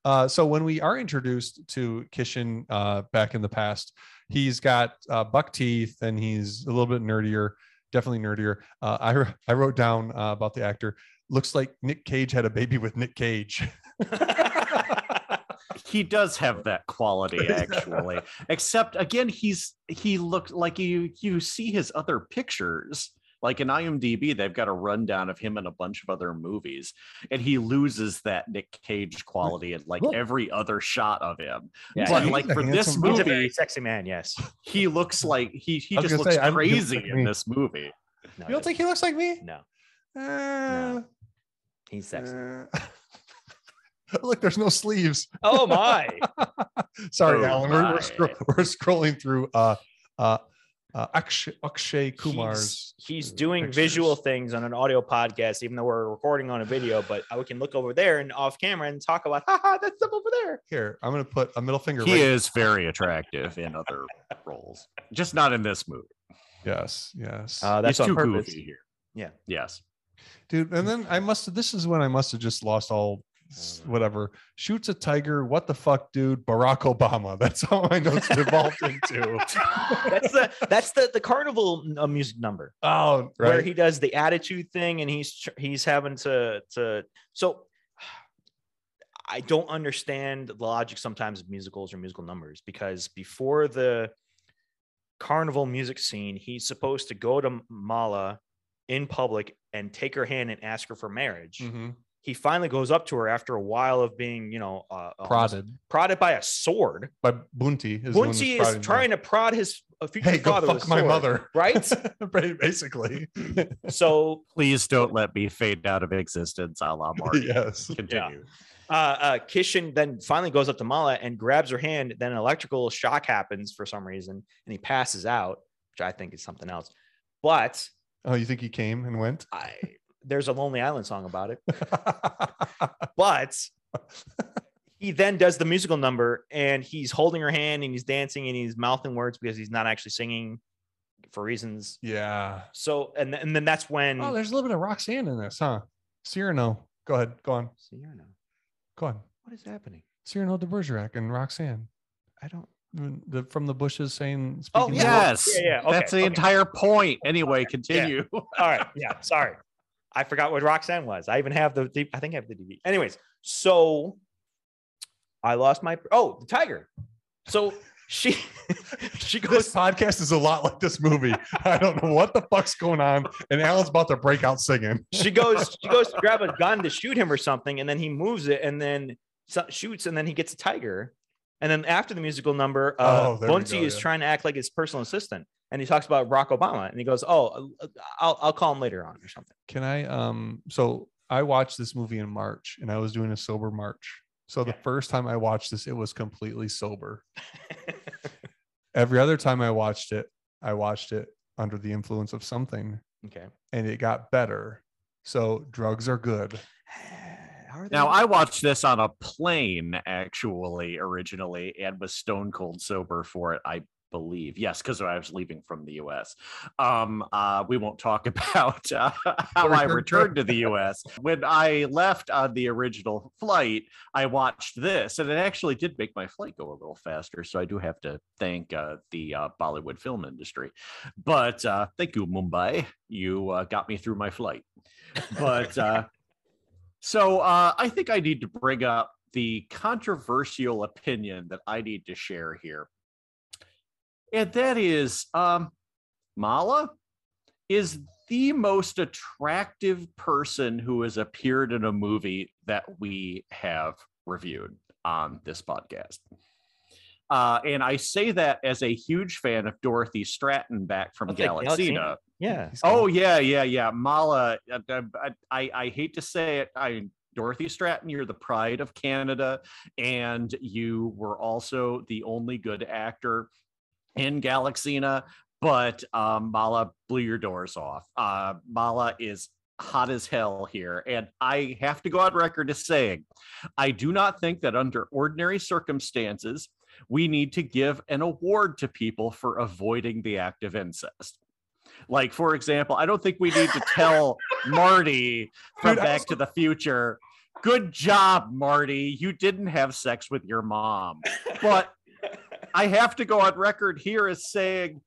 Uh, so when we are introduced to Kishin uh, back in the past, he's got uh, buck teeth and he's a little bit nerdier, definitely nerdier. Uh, I, wr- I wrote down uh, about the actor. Looks like Nick Cage had a baby with Nick Cage. He does have that quality actually. Except again, he's he looked like you you see his other pictures. Like in IMDb, they've got a rundown of him in a bunch of other movies, and he loses that Nick Cage quality in like Look. every other shot of him. Yeah, But he's like a for this handsome He's movie. a very movie, sexy man, yes. he looks like he he I was just gonna looks say, I don't think he looks crazy like me. in this movie. No, you don't think he looks like me? No, Uh, he's sexy. uh, Look, there's no sleeves. oh my! Sorry, Oh Alan. We're, we're, my. scro- we're scrolling through uh, uh, uh, Akshay, Akshay Kumar's. He's, he's uh, doing pictures. visual things on an audio podcast, even though we're recording on a video. But I can look over there and off camera and talk about, haha, that's up over there. Here, I'm going to put a middle finger. He right- is very attractive in other roles, just not in this movie. Yes, yes. Uh, that's on He's too purpose. goofy here. Yeah. Yes. dude. And then I must. This is when I must have just lost all, s- Uh. whatever. Shoots a tiger. What the fuck, dude? Barack Obama. That's how my notes devolved into. That's the that's the the carnival uh, music number. Oh, where right. he does the attitude thing and he's tr- he's having to to so I don't understand the logic sometimes of musicals or musical numbers because before the carnival music scene he's supposed to go to Mala in public and take her hand and ask her for marriage. Mhm. He finally goes up to her after a while of being, you know, uh, almost Prodded prodded by a sword. by Bunty. Is the one Bunty that's is prodding trying him. to prod his uh, future Hey, go father with fuck a my sword, mother. right? Basically, so Please don't let me fade out of existence, a la Marty. yes. Continue. uh, uh, Kishin then finally goes up to Mala and grabs her hand. Then an electrical shock happens for some reason, and he passes out, which I think is something else. But Oh, you think he came and went? I, there's a Lonely Island song about it. But he then does the musical number, and he's holding her hand, and he's dancing, and he's mouthing words because he's not actually singing for reasons. yeah. So, and th- and then that's when. Oh, there's a little bit of Roxanne in this, huh? Cyrano. Go ahead. Go on. Cyrano, Go on. what is happening? Cyrano de Bergerac and Roxanne. I don't. Mm, the from the bushes saying Oh, speaking the yeah. word. Yes. Yeah, yeah, okay, That's the okay. entire point. Anyway, continue. All right. Yeah. Sorry. I forgot what Roxanne was. I even have the, the- I think I have the DVD. Anyways, so I lost my, oh, the tiger. So She she This goes. podcast is a lot like this movie. I don't know what the fuck's going on, and Alan's about to break out singing. She goes. She goes to grab a gun to shoot him or something, and then he moves it, and then so- shoots, and then he gets a tiger. And then after the musical number, uh, Oh, there we Bunchy go, is yeah. trying to act like his personal assistant, and he talks about Barack Obama, and he goes, "Oh, uh, I'll I'll call him later on or something." Can I? Um. So I watched this movie in March, and I was doing a sober March. So the first time I watched this, it was completely sober. Every other time I watched it, I watched it under the influence of something, Okay. and it got better. So drugs are good. How are they- Now I watched this on a plane actually originally and was stone cold sober for it. I believe yes, because I was leaving from the U.S. Um, uh, we won't talk about uh, how I returned to the U.S. When I left on the original flight, I watched this, and it actually did make my flight go a little faster. So I do have to thank uh, the uh, Bollywood film industry. But uh, thank you, Mumbai. You uh, got me through my flight. But uh, so uh, I think I need to bring up the controversial opinion that I need to share here. And that is um, Mala is the most attractive person who has appeared in a movie that we have reviewed on this podcast. Uh, and I say that as a huge fan of Dorothy Stratton back from That's like Galaxina. Yeah. He's Oh gone. yeah, yeah, yeah. Mala, uh, I, I- I, I hate to say it. I Dorothy Stratton, you're the pride of Canada, and you were also the only good actor in Galaxina. But um, Mala blew your doors off. Uh, Mala is hot as hell here, and I have to go on record as saying, I do not think that under ordinary circumstances we need to give an award to people for avoiding the act of incest. Like, for example, I don't think we need to tell Marty from Dude, I Back was- to the Future, good job, Marty. You didn't have sex with your mom. But I have to go on record here as saying,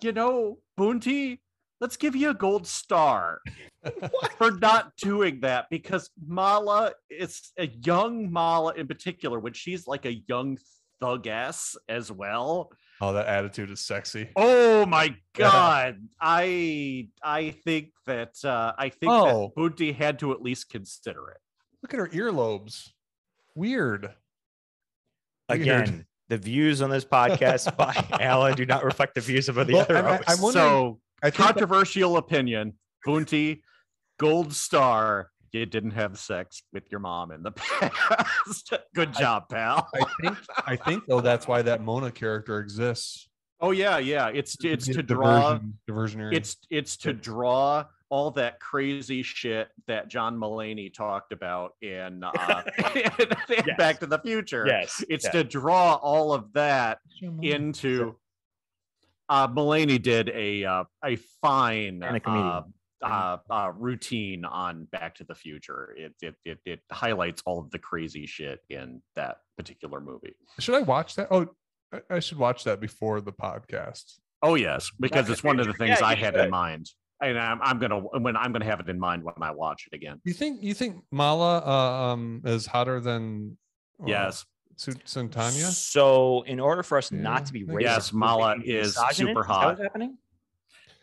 you know, Boonty, let's give you a gold star for not doing that because Mala, it's a young Mala in particular, when she's like a young thugess as well. Oh, that attitude is sexy. Oh my Yeah. god. I I think that uh I think Oh. that Bundy had to at least consider it. Look at her earlobes. Weird. Again, the views on this podcast by Alan do not reflect the views of the Well, other. and I- hosts. I'm wondering- so I think that- controversial opinion, Bunty, gold star. You didn't have sex with your mom in the past. Good job, pal. I think I think though that's why that Mona character exists. Oh yeah, yeah. It's it's be to a draw diversion- diversionary. it's it's to draw all that crazy shit that John Mullaney talked about in, uh, in Back to the Future. Yes. Mm-hmm. It's yeah. to draw all of that into. Uh, Mulaney did a uh, a fine And a comedian. uh, uh, Mm-hmm. uh, routine on Back to the Future. It it, it it highlights all of the crazy shit in that particular movie. should I watch that? Oh, I- I should watch that before the podcast. Oh yes, Back because to it's the one of the Future. things Yeah, I you had should. in mind, and I'm, I'm gonna when I'm gonna have it in mind when I watch it again. You think you think Mala uh, um is hotter than uh, Yes, Su- Santanya? So, in order for us not to be Yeah. racist, Yes, we're Mala being is misogynist? super Is that hot. what's happening?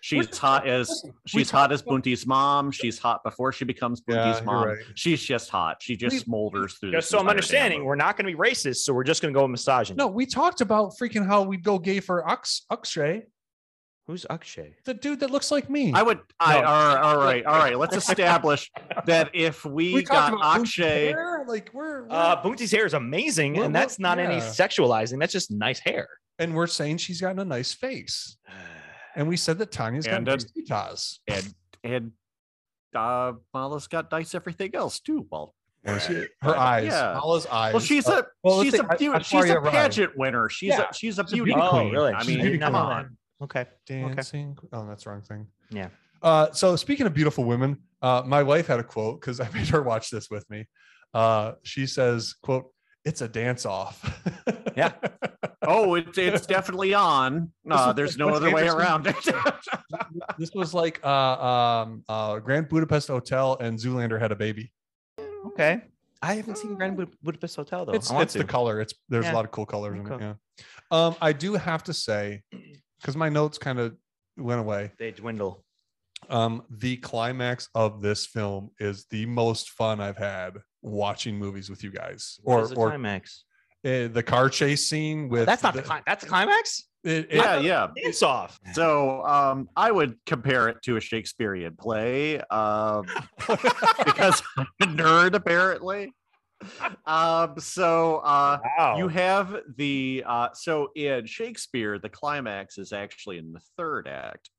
she's hot as she's hot as Bunty's mom. She's hot before she becomes Yeah, Bunty's you're mom. right. She's just hot. She We- just smolders through. Just this so I'm entire damn understanding, movie. we're not going to be racist, so we're just going to go misogynist. No, we talked about freaking how we'd go gay for Ux Uxray, who's Akshay? the dude that looks like me. I would. I, No. all, right, all right. All right. Let's establish that if we, talked got about Boonty's Akshay, hair, like we're, we're- Uh, Boonty's hair is amazing, Well, and well, that's not any yeah. sexualizing. That's just nice hair. and we're saying she's gotten a nice face, and we said that Tanya's got And a- nice titas. and and uh, Mala's got nice everything else too. Well, Or she- her eyes, Yeah. Mala's eyes. well, she's Uh, a well, let's she's say a I- beauty. I'm She's sorry, a Ryan. pageant winner. She's Yeah. a she's a She's a beauty beauty queen. queen. Oh, really? I She's a mean, beauty come queen. on. Okay. dancing. Oh, that's the wrong thing. Yeah. Uh, so speaking of beautiful women, uh, my wife had a quote because I made her watch this with me. Uh, she says, "quote It's a dance off." Yeah. Oh, it's it's definitely on. Uh, there's no Wes other way Anderson. around it. this was like uh, um, uh, Grand Budapest Hotel and Zoolander had a baby. Okay. I haven't seen Grand Bud- Budapest Hotel though. It's I want it's the to. color. It's there's Yeah. a lot of cool colors in it. Okay. Yeah. Um, I do have to say, because my notes kind of went away. they dwindle. Um, the climax of this film is the most fun I've had watching movies with you guys, What or is the or climax. uh, the car chase scene with That's not the, cli- that's the climax. it- it- yeah, yeah. It's off. So um, I would compare it to a Shakespearean play um, because I'm a nerd apparently. Um, so uh, Wow. you have the uh, so in Shakespeare, the climax is actually in the third act,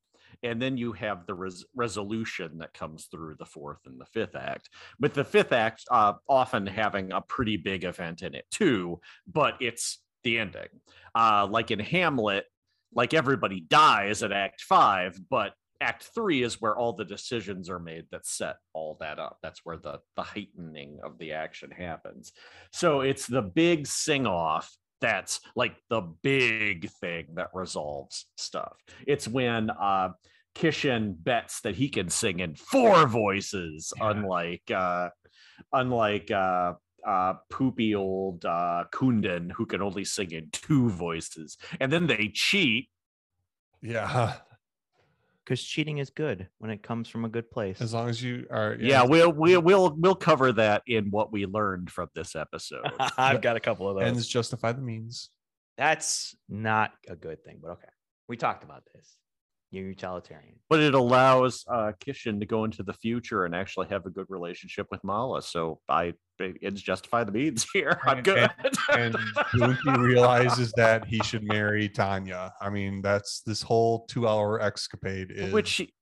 and then you have the res- resolution that comes through the fourth and the fifth act. With the fifth act uh, often having a pretty big event in it too, but it's the ending. Uh, like in Hamlet, like everybody dies at Act Five, but Act Three is where all the decisions are made that set all that up. That's where the the heightening of the action happens. So it's the big sing off that's like the big thing that resolves stuff. It's when uh, Kishin bets that he can sing in four voices, Yeah. unlike uh, unlike uh, uh, poopy old uh, Kundan who can only sing in two voices. And then they cheat. yeah. Because cheating is good when it comes from a good place. As long as you are Yeah, we'll we'll we'll we'll cover that in what we learned from this episode. I've got a couple of those. ends justify the means. That's not a good thing, but okay. We talked about this. You're utilitarian. but it allows uh, Kishin to go into the future and actually have a good relationship with Mala. So I it's justify the means here. I'm And- good. And Buki realizes that he should marry Tanya. I mean, that's this whole two-hour escapade is Which she-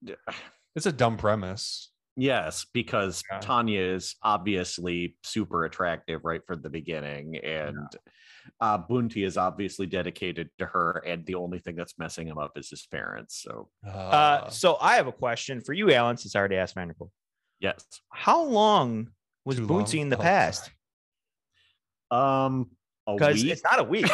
it's a dumb premise. yes, because Yeah. Tanya is obviously super attractive right from the beginning, and uh, Bunty is obviously dedicated to her. And the only thing that's messing him up is his parents. So uh, so I have a question for you, Alan, since I already asked Vanderpool. yes, How long was Too Bootsy long? in the Oh, past? um, a Because week? it's not a week.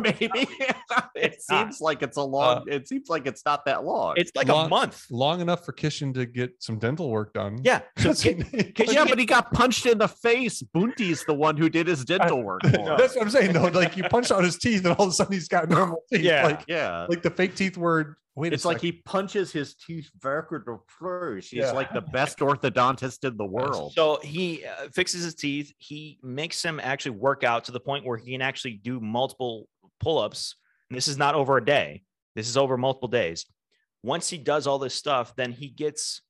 maybe it It's not. seems like it's a long. it seems like it's not that long. It's like Long- a month. long enough for Kishin to get some dental work done. Yeah. So That's, get- But But yeah, you but he got punched in the face. Bunty's the one who did his dental work. for him. that's what I'm saying though. Like you punched out his teeth and all of a sudden he's got normal teeth. Yeah. Like yeah. like the fake teeth were wait It's a like second. he punches his teeth backward or first. He's Yeah. like the best orthodontist in the world. So he uh, fixes his teeth. He makes him actually work out to the point where he can actually do multiple pull ups. This is not over a day, this is over multiple days. Once he does all this stuff, then he gets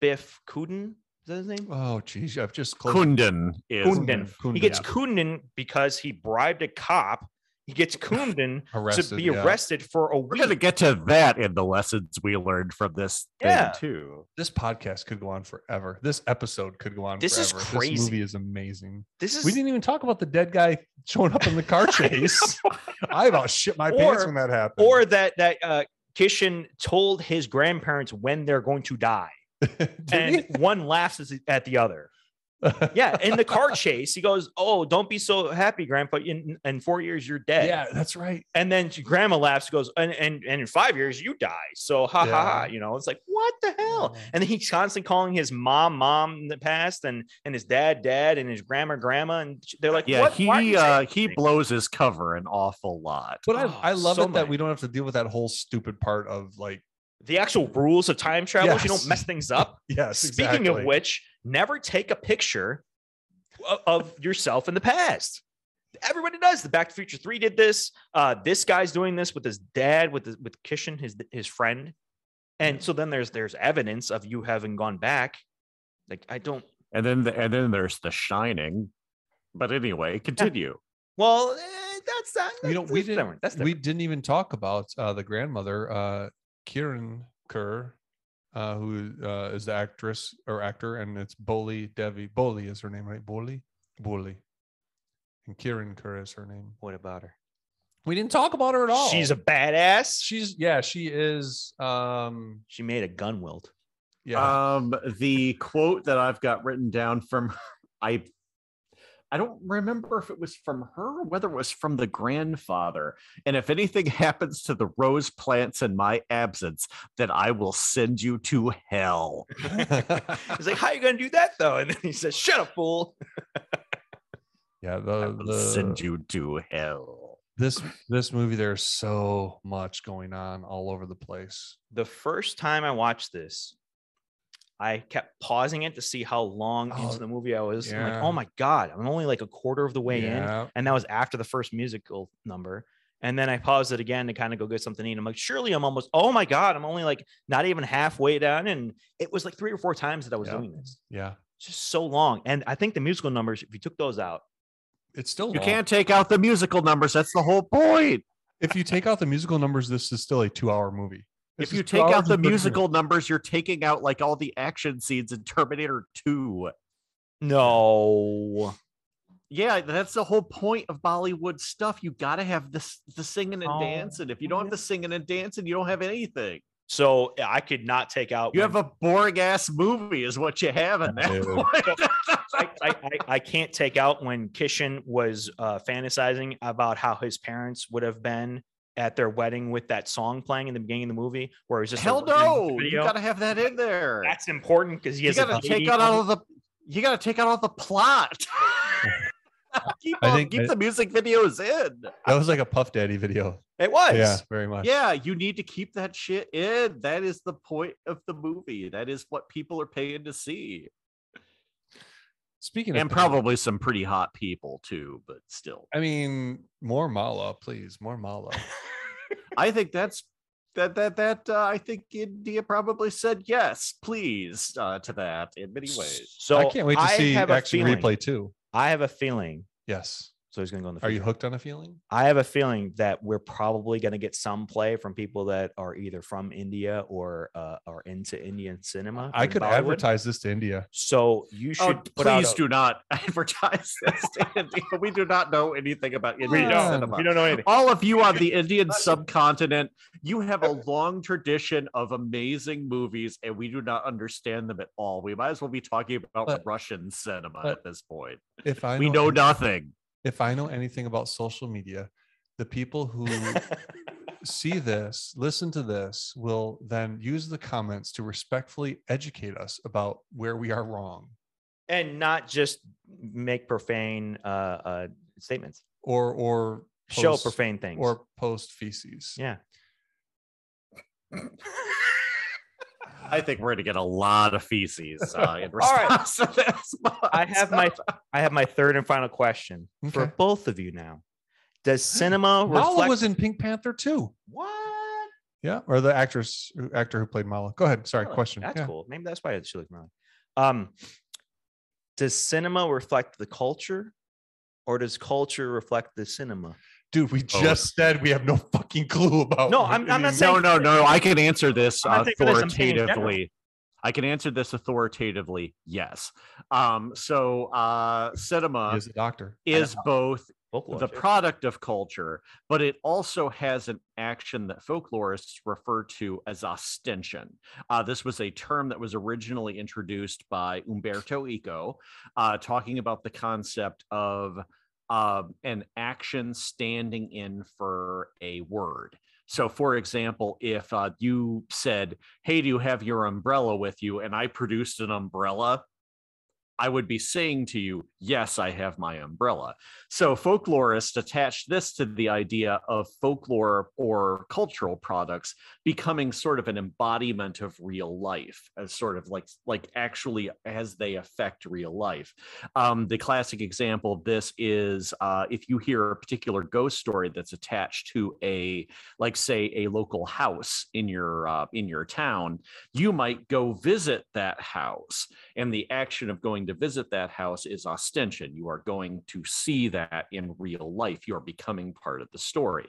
Biff Kuden. Is that his name? Oh geez, I've just closed. Kunden is Kunden. He Kunden. gets Kuden because he bribed a cop. He gets Kuden to arrested. be yeah. arrested for a We're gonna week. get to that in the lessons we learned from this Yeah. thing too. This podcast could go on forever. This episode could go on This is forever. crazy. This movie is amazing. This is We didn't even talk about the dead guy showing up in the car chase. I about shit my pants Or- when that happened. or that that uh, Kishin told his grandparents when they're going to die, Did and one laughs at the- at the he? other. Yeah, in the car chase, he goes, "Oh, don't be so happy, Grandpa. In, in four years, you're dead." yeah, that's right. and then Grandma laughs, goes, "And and, and in five years, you die." So ha ha ha. Yeah. You know, it's like what the hell? Yeah. And then he's constantly calling his mom, mom in the past, and and his dad, dad, and his grandma, grandma, and they're like, Yeah, "What? Why are he you saying uh these he things?" blows his cover an awful lot. But I, Oh, I love so it that many. we don't have to deal with that whole stupid part of like, the actual rules of time travel. is You Yes. don't mess things up." yes. Speaking exactly. of which, never take a picture o- of yourself in the past. Everybody does. The Back to the Future Three did this. Uh, this guy's doing this with his dad, with his, with Kishin, his his friend, and so then there's there's evidence of you having gone back. Like I don't. And then the, and then there's the shining. But anyway, continue. Well, eh, that's not. we don't, that's we didn't, different. That's we different. didn't even talk about uh, the grandmother, uh, Kieran Kerr, uh, who uh, is the actress or actor, and it's Boli Devi. Boli is her name, right? Boli, Boli, and Kieran Kerr is her name. What about her? We didn't talk about her at all. She's a badass. She, she's yeah, she is. Um, she made a gun wield. yeah, Uh. Um, the quote that I've got written down from I I don't remember if it was from her or whether it was from the grandfather. And if anything happens to the rose plants in my absence, then I will send you to hell. He's like, "How you gonna do that though?" And then he says, "Shut up, fool." yeah, I the, will the send you to hell. this this movie there's so much going on all over the place. The first time I watched this, I kept pausing it to see how long Oh, into the movie I was. I'm yeah. like, "Oh my god, I'm only like a quarter of the way in." yeah. and that was after the first musical number. And then I paused it again to kind of go get something to eat. I'm like, surely I'm almost. Oh my god, I'm only like not even halfway done, and it was like three or four times that I was Yeah. doing this, Yeah. It's just so long. And I think the musical numbers, if you took those out, It's still You long. can't take out the musical numbers. That's the whole point. if you take out the musical numbers, this is still a two hour movie. This If is you two take hours out and the 30 minutes. musical numbers, you're taking out like all the action scenes in Terminator 2. no, Yeah, that's the whole point of Bollywood stuff. You got to have this the singing and Oh, dancing. If you don't have the singing and dancing, you don't have anything. so I could not take out. You when- have a boring ass movie, is what you have in that. Dude. I, I, I, I can't take out when Kishan was uh, fantasizing about how his parents would have been at their wedding with that song playing in the beginning of the movie, where it was just a Hell random no! You video. got to have that in there. That's important because he You has got to take out all the. You got to take out all the plot. keep I all- think- keep the music videos in. That was like a Puff Daddy video. It was. Yeah, very Uh. much. Yeah, you need to keep that shit in. That is the point of the movie. That is what people are paying to see. Speaking of And that, probably some pretty hot people too, but still. I mean, more Mala, please. More Mala. I think that's that that that uh, I think India probably said yes, please uh, to that in many ways. So I can't wait to I see have a Action feeling- Replay 2. I have a feeling. Yes. So he's going to go in the Are you future. hooked on a feeling? I have a feeling that we're probably going to get some play from people that are either from India or uh, are into Indian cinema. I in could Bollywood. advertise this to India. So you should Oh, put out. please a- do not advertise this to India. We do not know anything about We Indian don't. cinema. You don't know anything. all of you on the Indian subcontinent, you have a long tradition of amazing movies, and we do not understand them at all. We might as well be talking about But- Russian cinema but at this point. If I We know know any- nothing. if I know anything about social media, the people who see this, listen to this, will then use the comments to respectfully educate us about where we are wrong and not just make profane uh, uh, statements. or or Show post- profane things. or post feces. yeah. I think we're going to get a lot of feces uh, in All right. response to this. I have my I have my third and final question for Okay. both of you now. Does cinema Mala reflect was in Pink Panther too. what? Yeah, or the actress actor who played Mala. Go ahead. Sorry, Really? question. That's Yeah. cool. Maybe that's why she looked really. Um, does cinema reflect the culture, or does culture reflect the cinema? Dude, we Oh. just said we have no fucking clue about. No, what I'm- I'm not Indian- No, no, no. I can answer this uh, I'm not saying for this, I'm saying in general. authoritatively. I can answer this authoritatively. Yes. Um, so uh, cinema He is a doctor. is both Folklore. the product of culture, but it also has an action that folklorists refer to as ostension. Uh, this was a term that was originally introduced by Umberto Eco, uh, talking about the concept of um, an action standing in for a word. So, for example, if uh, you said, Hey, do you have your umbrella with you? and I produced an umbrella. I would be saying to you, yes, I have my umbrella. So folklorists attach this to the idea of folklore or cultural products becoming sort of an embodiment of real life, as sort of like like actually as they affect real life. Um, the classic example of this is uh, if you hear a particular ghost story that's attached to a like say a local house in your uh, in your town, you might go visit that house and the action of going to visit that house is ostension. You are going to see that in real life. You're becoming part of the story.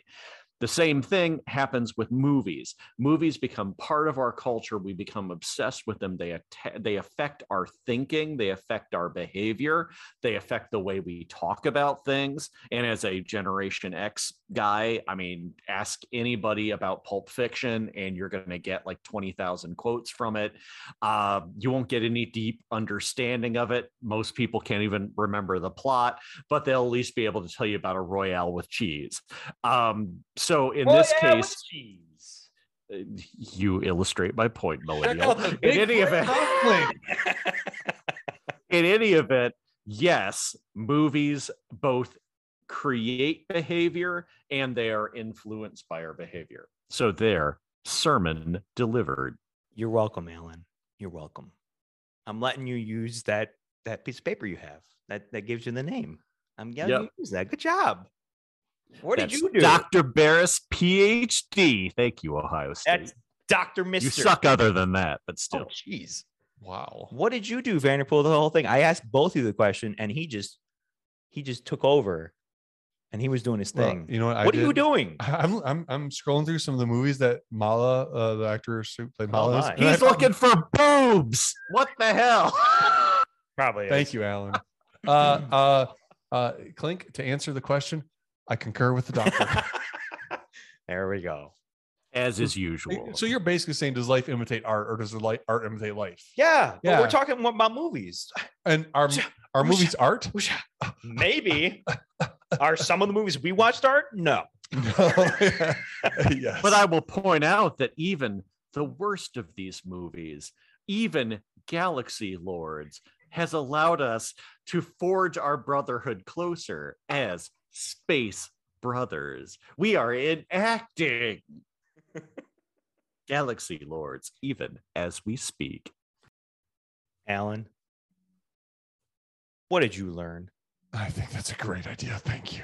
The same thing happens with movies. Movies become part of our culture. We become obsessed with them. They atta- they affect our thinking. They affect our behavior. They affect the way we talk about things. And as a Generation X guy, I mean, ask anybody about Pulp Fiction, and you're going to get like twenty thousand quotes from it. Uh, you won't get any deep understanding of it. Most people can't even remember the plot, but they'll at least be able to tell you about a Royale with cheese. Um, so in Oh, this yeah, with case, cheese. you illustrate my point, Check millennial. out the In big any red event, dumpling. in any event, yes, movies both create behavior and they are influenced by our behavior. So there, sermon delivered. You're welcome, Alan. You're welcome. I'm letting you use that that piece of paper you have that that gives you the name. I'm letting Yep. you use that. Good job. What That's did you do? Dr. Barris, PhD. Thank you, Ohio State. That's Doctor Mister. you suck other than that, but Oh, still. jeez. Wow. What did you do, Vanderpool? The whole thing. I asked both of you the question, and he just he just took over, and he was doing his Well, thing. you know I what are you did- doing? I'm, I'm I'm scrolling through some of the movies that Mala, uh, the actor who played Mala, is, my. and I He's found- looking for boobs. What the hell? Probably. Thank you, Alan. Uh, uh, uh, Clink, to answer the question, I concur with the doctor. there we go. As is usual. so you're basically saying, does life imitate art, or does the light art imitate life? Yeah, but Yeah. we're talking more about movies. And our our movies art? Maybe are some of the movies we watched art? No. No. yes. But I will point out that even the worst of these movies, even Galaxy Lords, has allowed us to forge our brotherhood closer as space brothers. We are in acting. Galaxy Lords, even as we speak. Alan, what did you learn? I think that's a great idea. Thank you.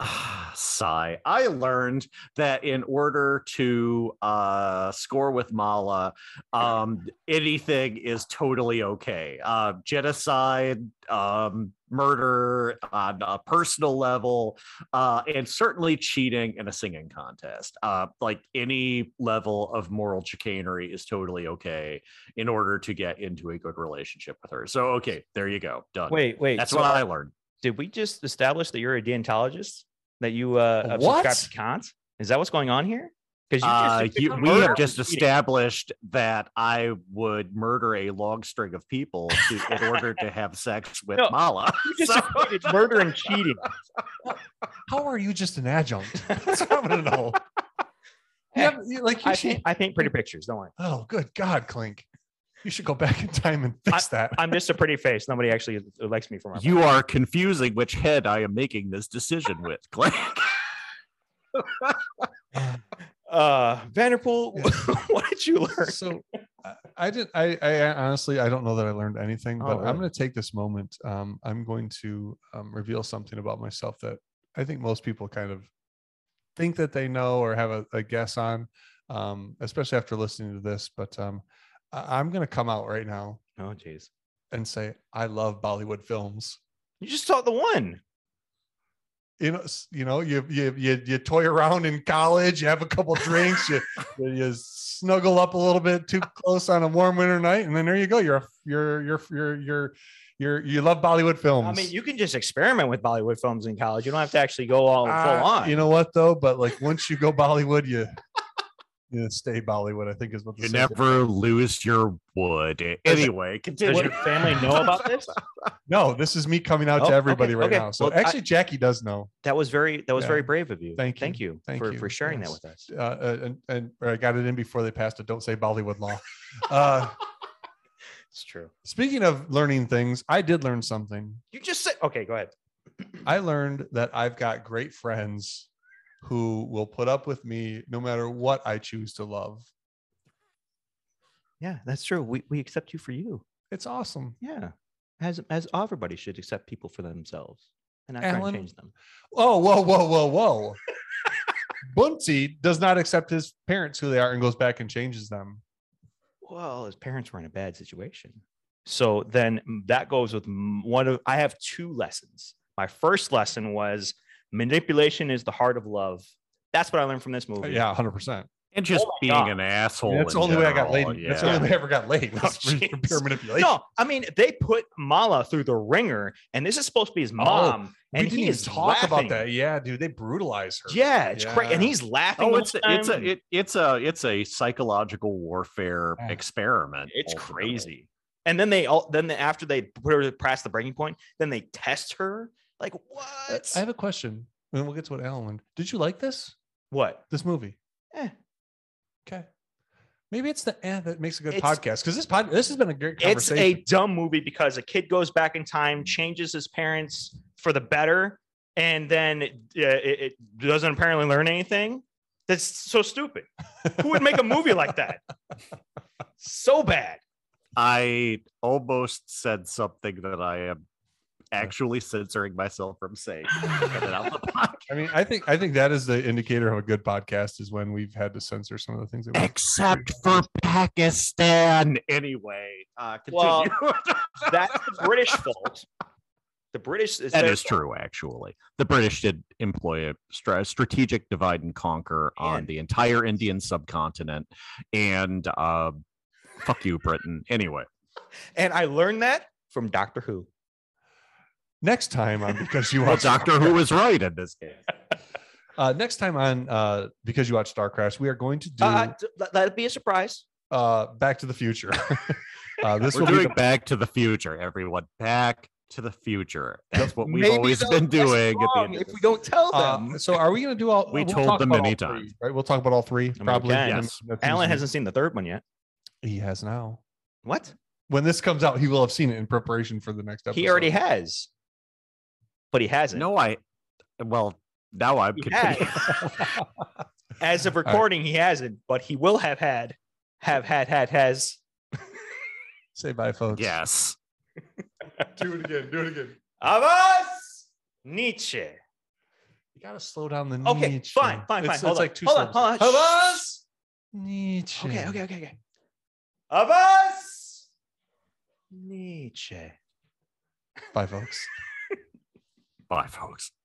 Ah, sigh. I learned that in order to uh, score with Mala, um, anything is totally okay. Uh, genocide, um, murder on a personal level, uh, and certainly cheating in a singing contest. Uh, like any level of moral chicanery is totally okay in order to get into a good relationship with her. So, okay, there you go. Done. Wait, wait. That's so what I learned. did we just establish that you're a deontologist? That you uh have What? subscribed to Kant? Is that what's going on here? Because Uh, you, we have just established. established that I would murder a long string of people to, in order to have sex with No, Mala. You just So- equated murder and cheating. How are you just an adjunct? That's what I want to know. You have- you- like you I should, paint, I paint pretty pictures. Don't worry. oh, good God, Clink. You should go back in time and fix that. I'm just a pretty face. Nobody actually likes me for my. you are confusing which head I am making this decision with, Glenn. uh, Vanderpool, what did you learn? so I- I did. I, I honestly, I don't know that I learned anything, but Oh, I'm really? going to take this moment. Um, I'm going to um, reveal something about myself that I think most people kind of think that they know or have a, a guess on, um, especially after listening to this. But um, I, I'm going to come out right now Oh, jeez. and say I love Bollywood films. You just saw the one. You know, s- you know, you you you, you toy around in college. You have a couple drinks. You, you snuggle up a little bit too close on a warm winter night, and then there you go. You're a- you're you're you're you're you're you love Bollywood films. I mean, you can just experiment with Bollywood films in college. You don't have to actually go all full Uh, on. You know what though? But like once you go Bollywood, you you stay Bollywood. I think is what the You saying is. never lose your wood. Anyway, Does continue. your family know about this? No, this is me coming out Oh, to everybody okay, right okay. now. So Well, I- actually, Jackie does know. That was very that was Yeah. very brave of you. Thank you. Thank you, Thank for, you. for sharing Yes. that with us. Uh, uh, and and or I got it in before they passed a "Don't Say Bollywood" law. Uh, It's true. speaking of learning things, I did learn something You just said okay, go ahead. I learned that I've got great friends who will put up with me no matter what I choose to love. Yeah, that's true. We we accept you for you. It's awesome. Yeah. As as everybody should accept people for themselves and not try Alan, and change them. Oh, whoa, whoa, whoa, whoa. Bunty does not accept his parents who they are and goes back and changes them. Well, his parents were in a bad situation. So then mm, that goes with m- one of I have two lessons. My first lesson was manipulation is the heart of love That's what I learned from this movie. Yeah, hundred percent. and just Oh my being God. an Oh, asshole. That's the in only way I got general, laid. That's the only way I ever got laid. was for- for jeez. pure manipulation. No, I mean they put Mala through the ringer, and this is supposed to be his mom, Oh, we and didn't he even is talk about laughing. that. Yeah, dude, they brutalize her. Yeah, it's crazy, and Yeah. he's laughing. Oh, the it's whole a, it's time. a it, it's a it's a psychological warfare Yeah. experiment. Oh, It's ultimately. crazy. And then they all then the, after they put her past the breaking point, then they test her. Like what? I have a question, and we'll get to what Alan. learned. Did you like this what? this movie? Eh. Okay. Maybe it's the eh that makes a good It's- podcast because this pod, this has been a great It's conversation. a dumb movie because a kid goes back in time, changes his parents for the better, and then it, it, it doesn't apparently learn anything. That's so stupid. Who would make a movie like that? So bad. I almost said something that I am actually censoring myself from saying. And then I'm like, I mean, I think I think that is the indicator of a good podcast is when we've had to censor some of the things that we Except for Pakistan, anyway. Uh, Well, continue. That's the British fault. The British is that their is true. Actually, the British did employ a stra- strategic divide and conquer on Man. the entire Indian subcontinent, and uh, fuck you, Britain. Anyway. And I learned that from Doctor Who. next time on because you Well, watch Doctor Who was right in this case. uh, next time on uh, because you watch Star Crash, we are going to do Uh, uh, d- let, let it be a surprise. Back to the Future. uh, this We're will be doing the, Back to the Future, everyone. Back to the Future. That's what we've Maybe always they'll been guess doing. at the wrong end of if this Um, we don't tell them. uh, so are we going to do all? We we'll told talk them about many all three, times. right? We'll talk about all three we probably. can. Yes. The things Alan we- hasn't seen the third one yet. He has now. What? When this comes out, he will have seen it in preparation for the next episode. He already has, but he hasn't. No, I. Well, now I'm He confused. has. As of recording, he hasn't, but he will have had, have had, had, has. Say bye, folks. Yes. Do it again. Do it again. Avas Nietzsche. You gotta slow down the Okay, Nietzsche. fine, fine, It's- fine. It's hold like on. two hold syllables. on, hold on. Avas. Nietzsche. Okay, okay, okay, okay. Avas Nietzsche. Bye, folks. Bye, folks.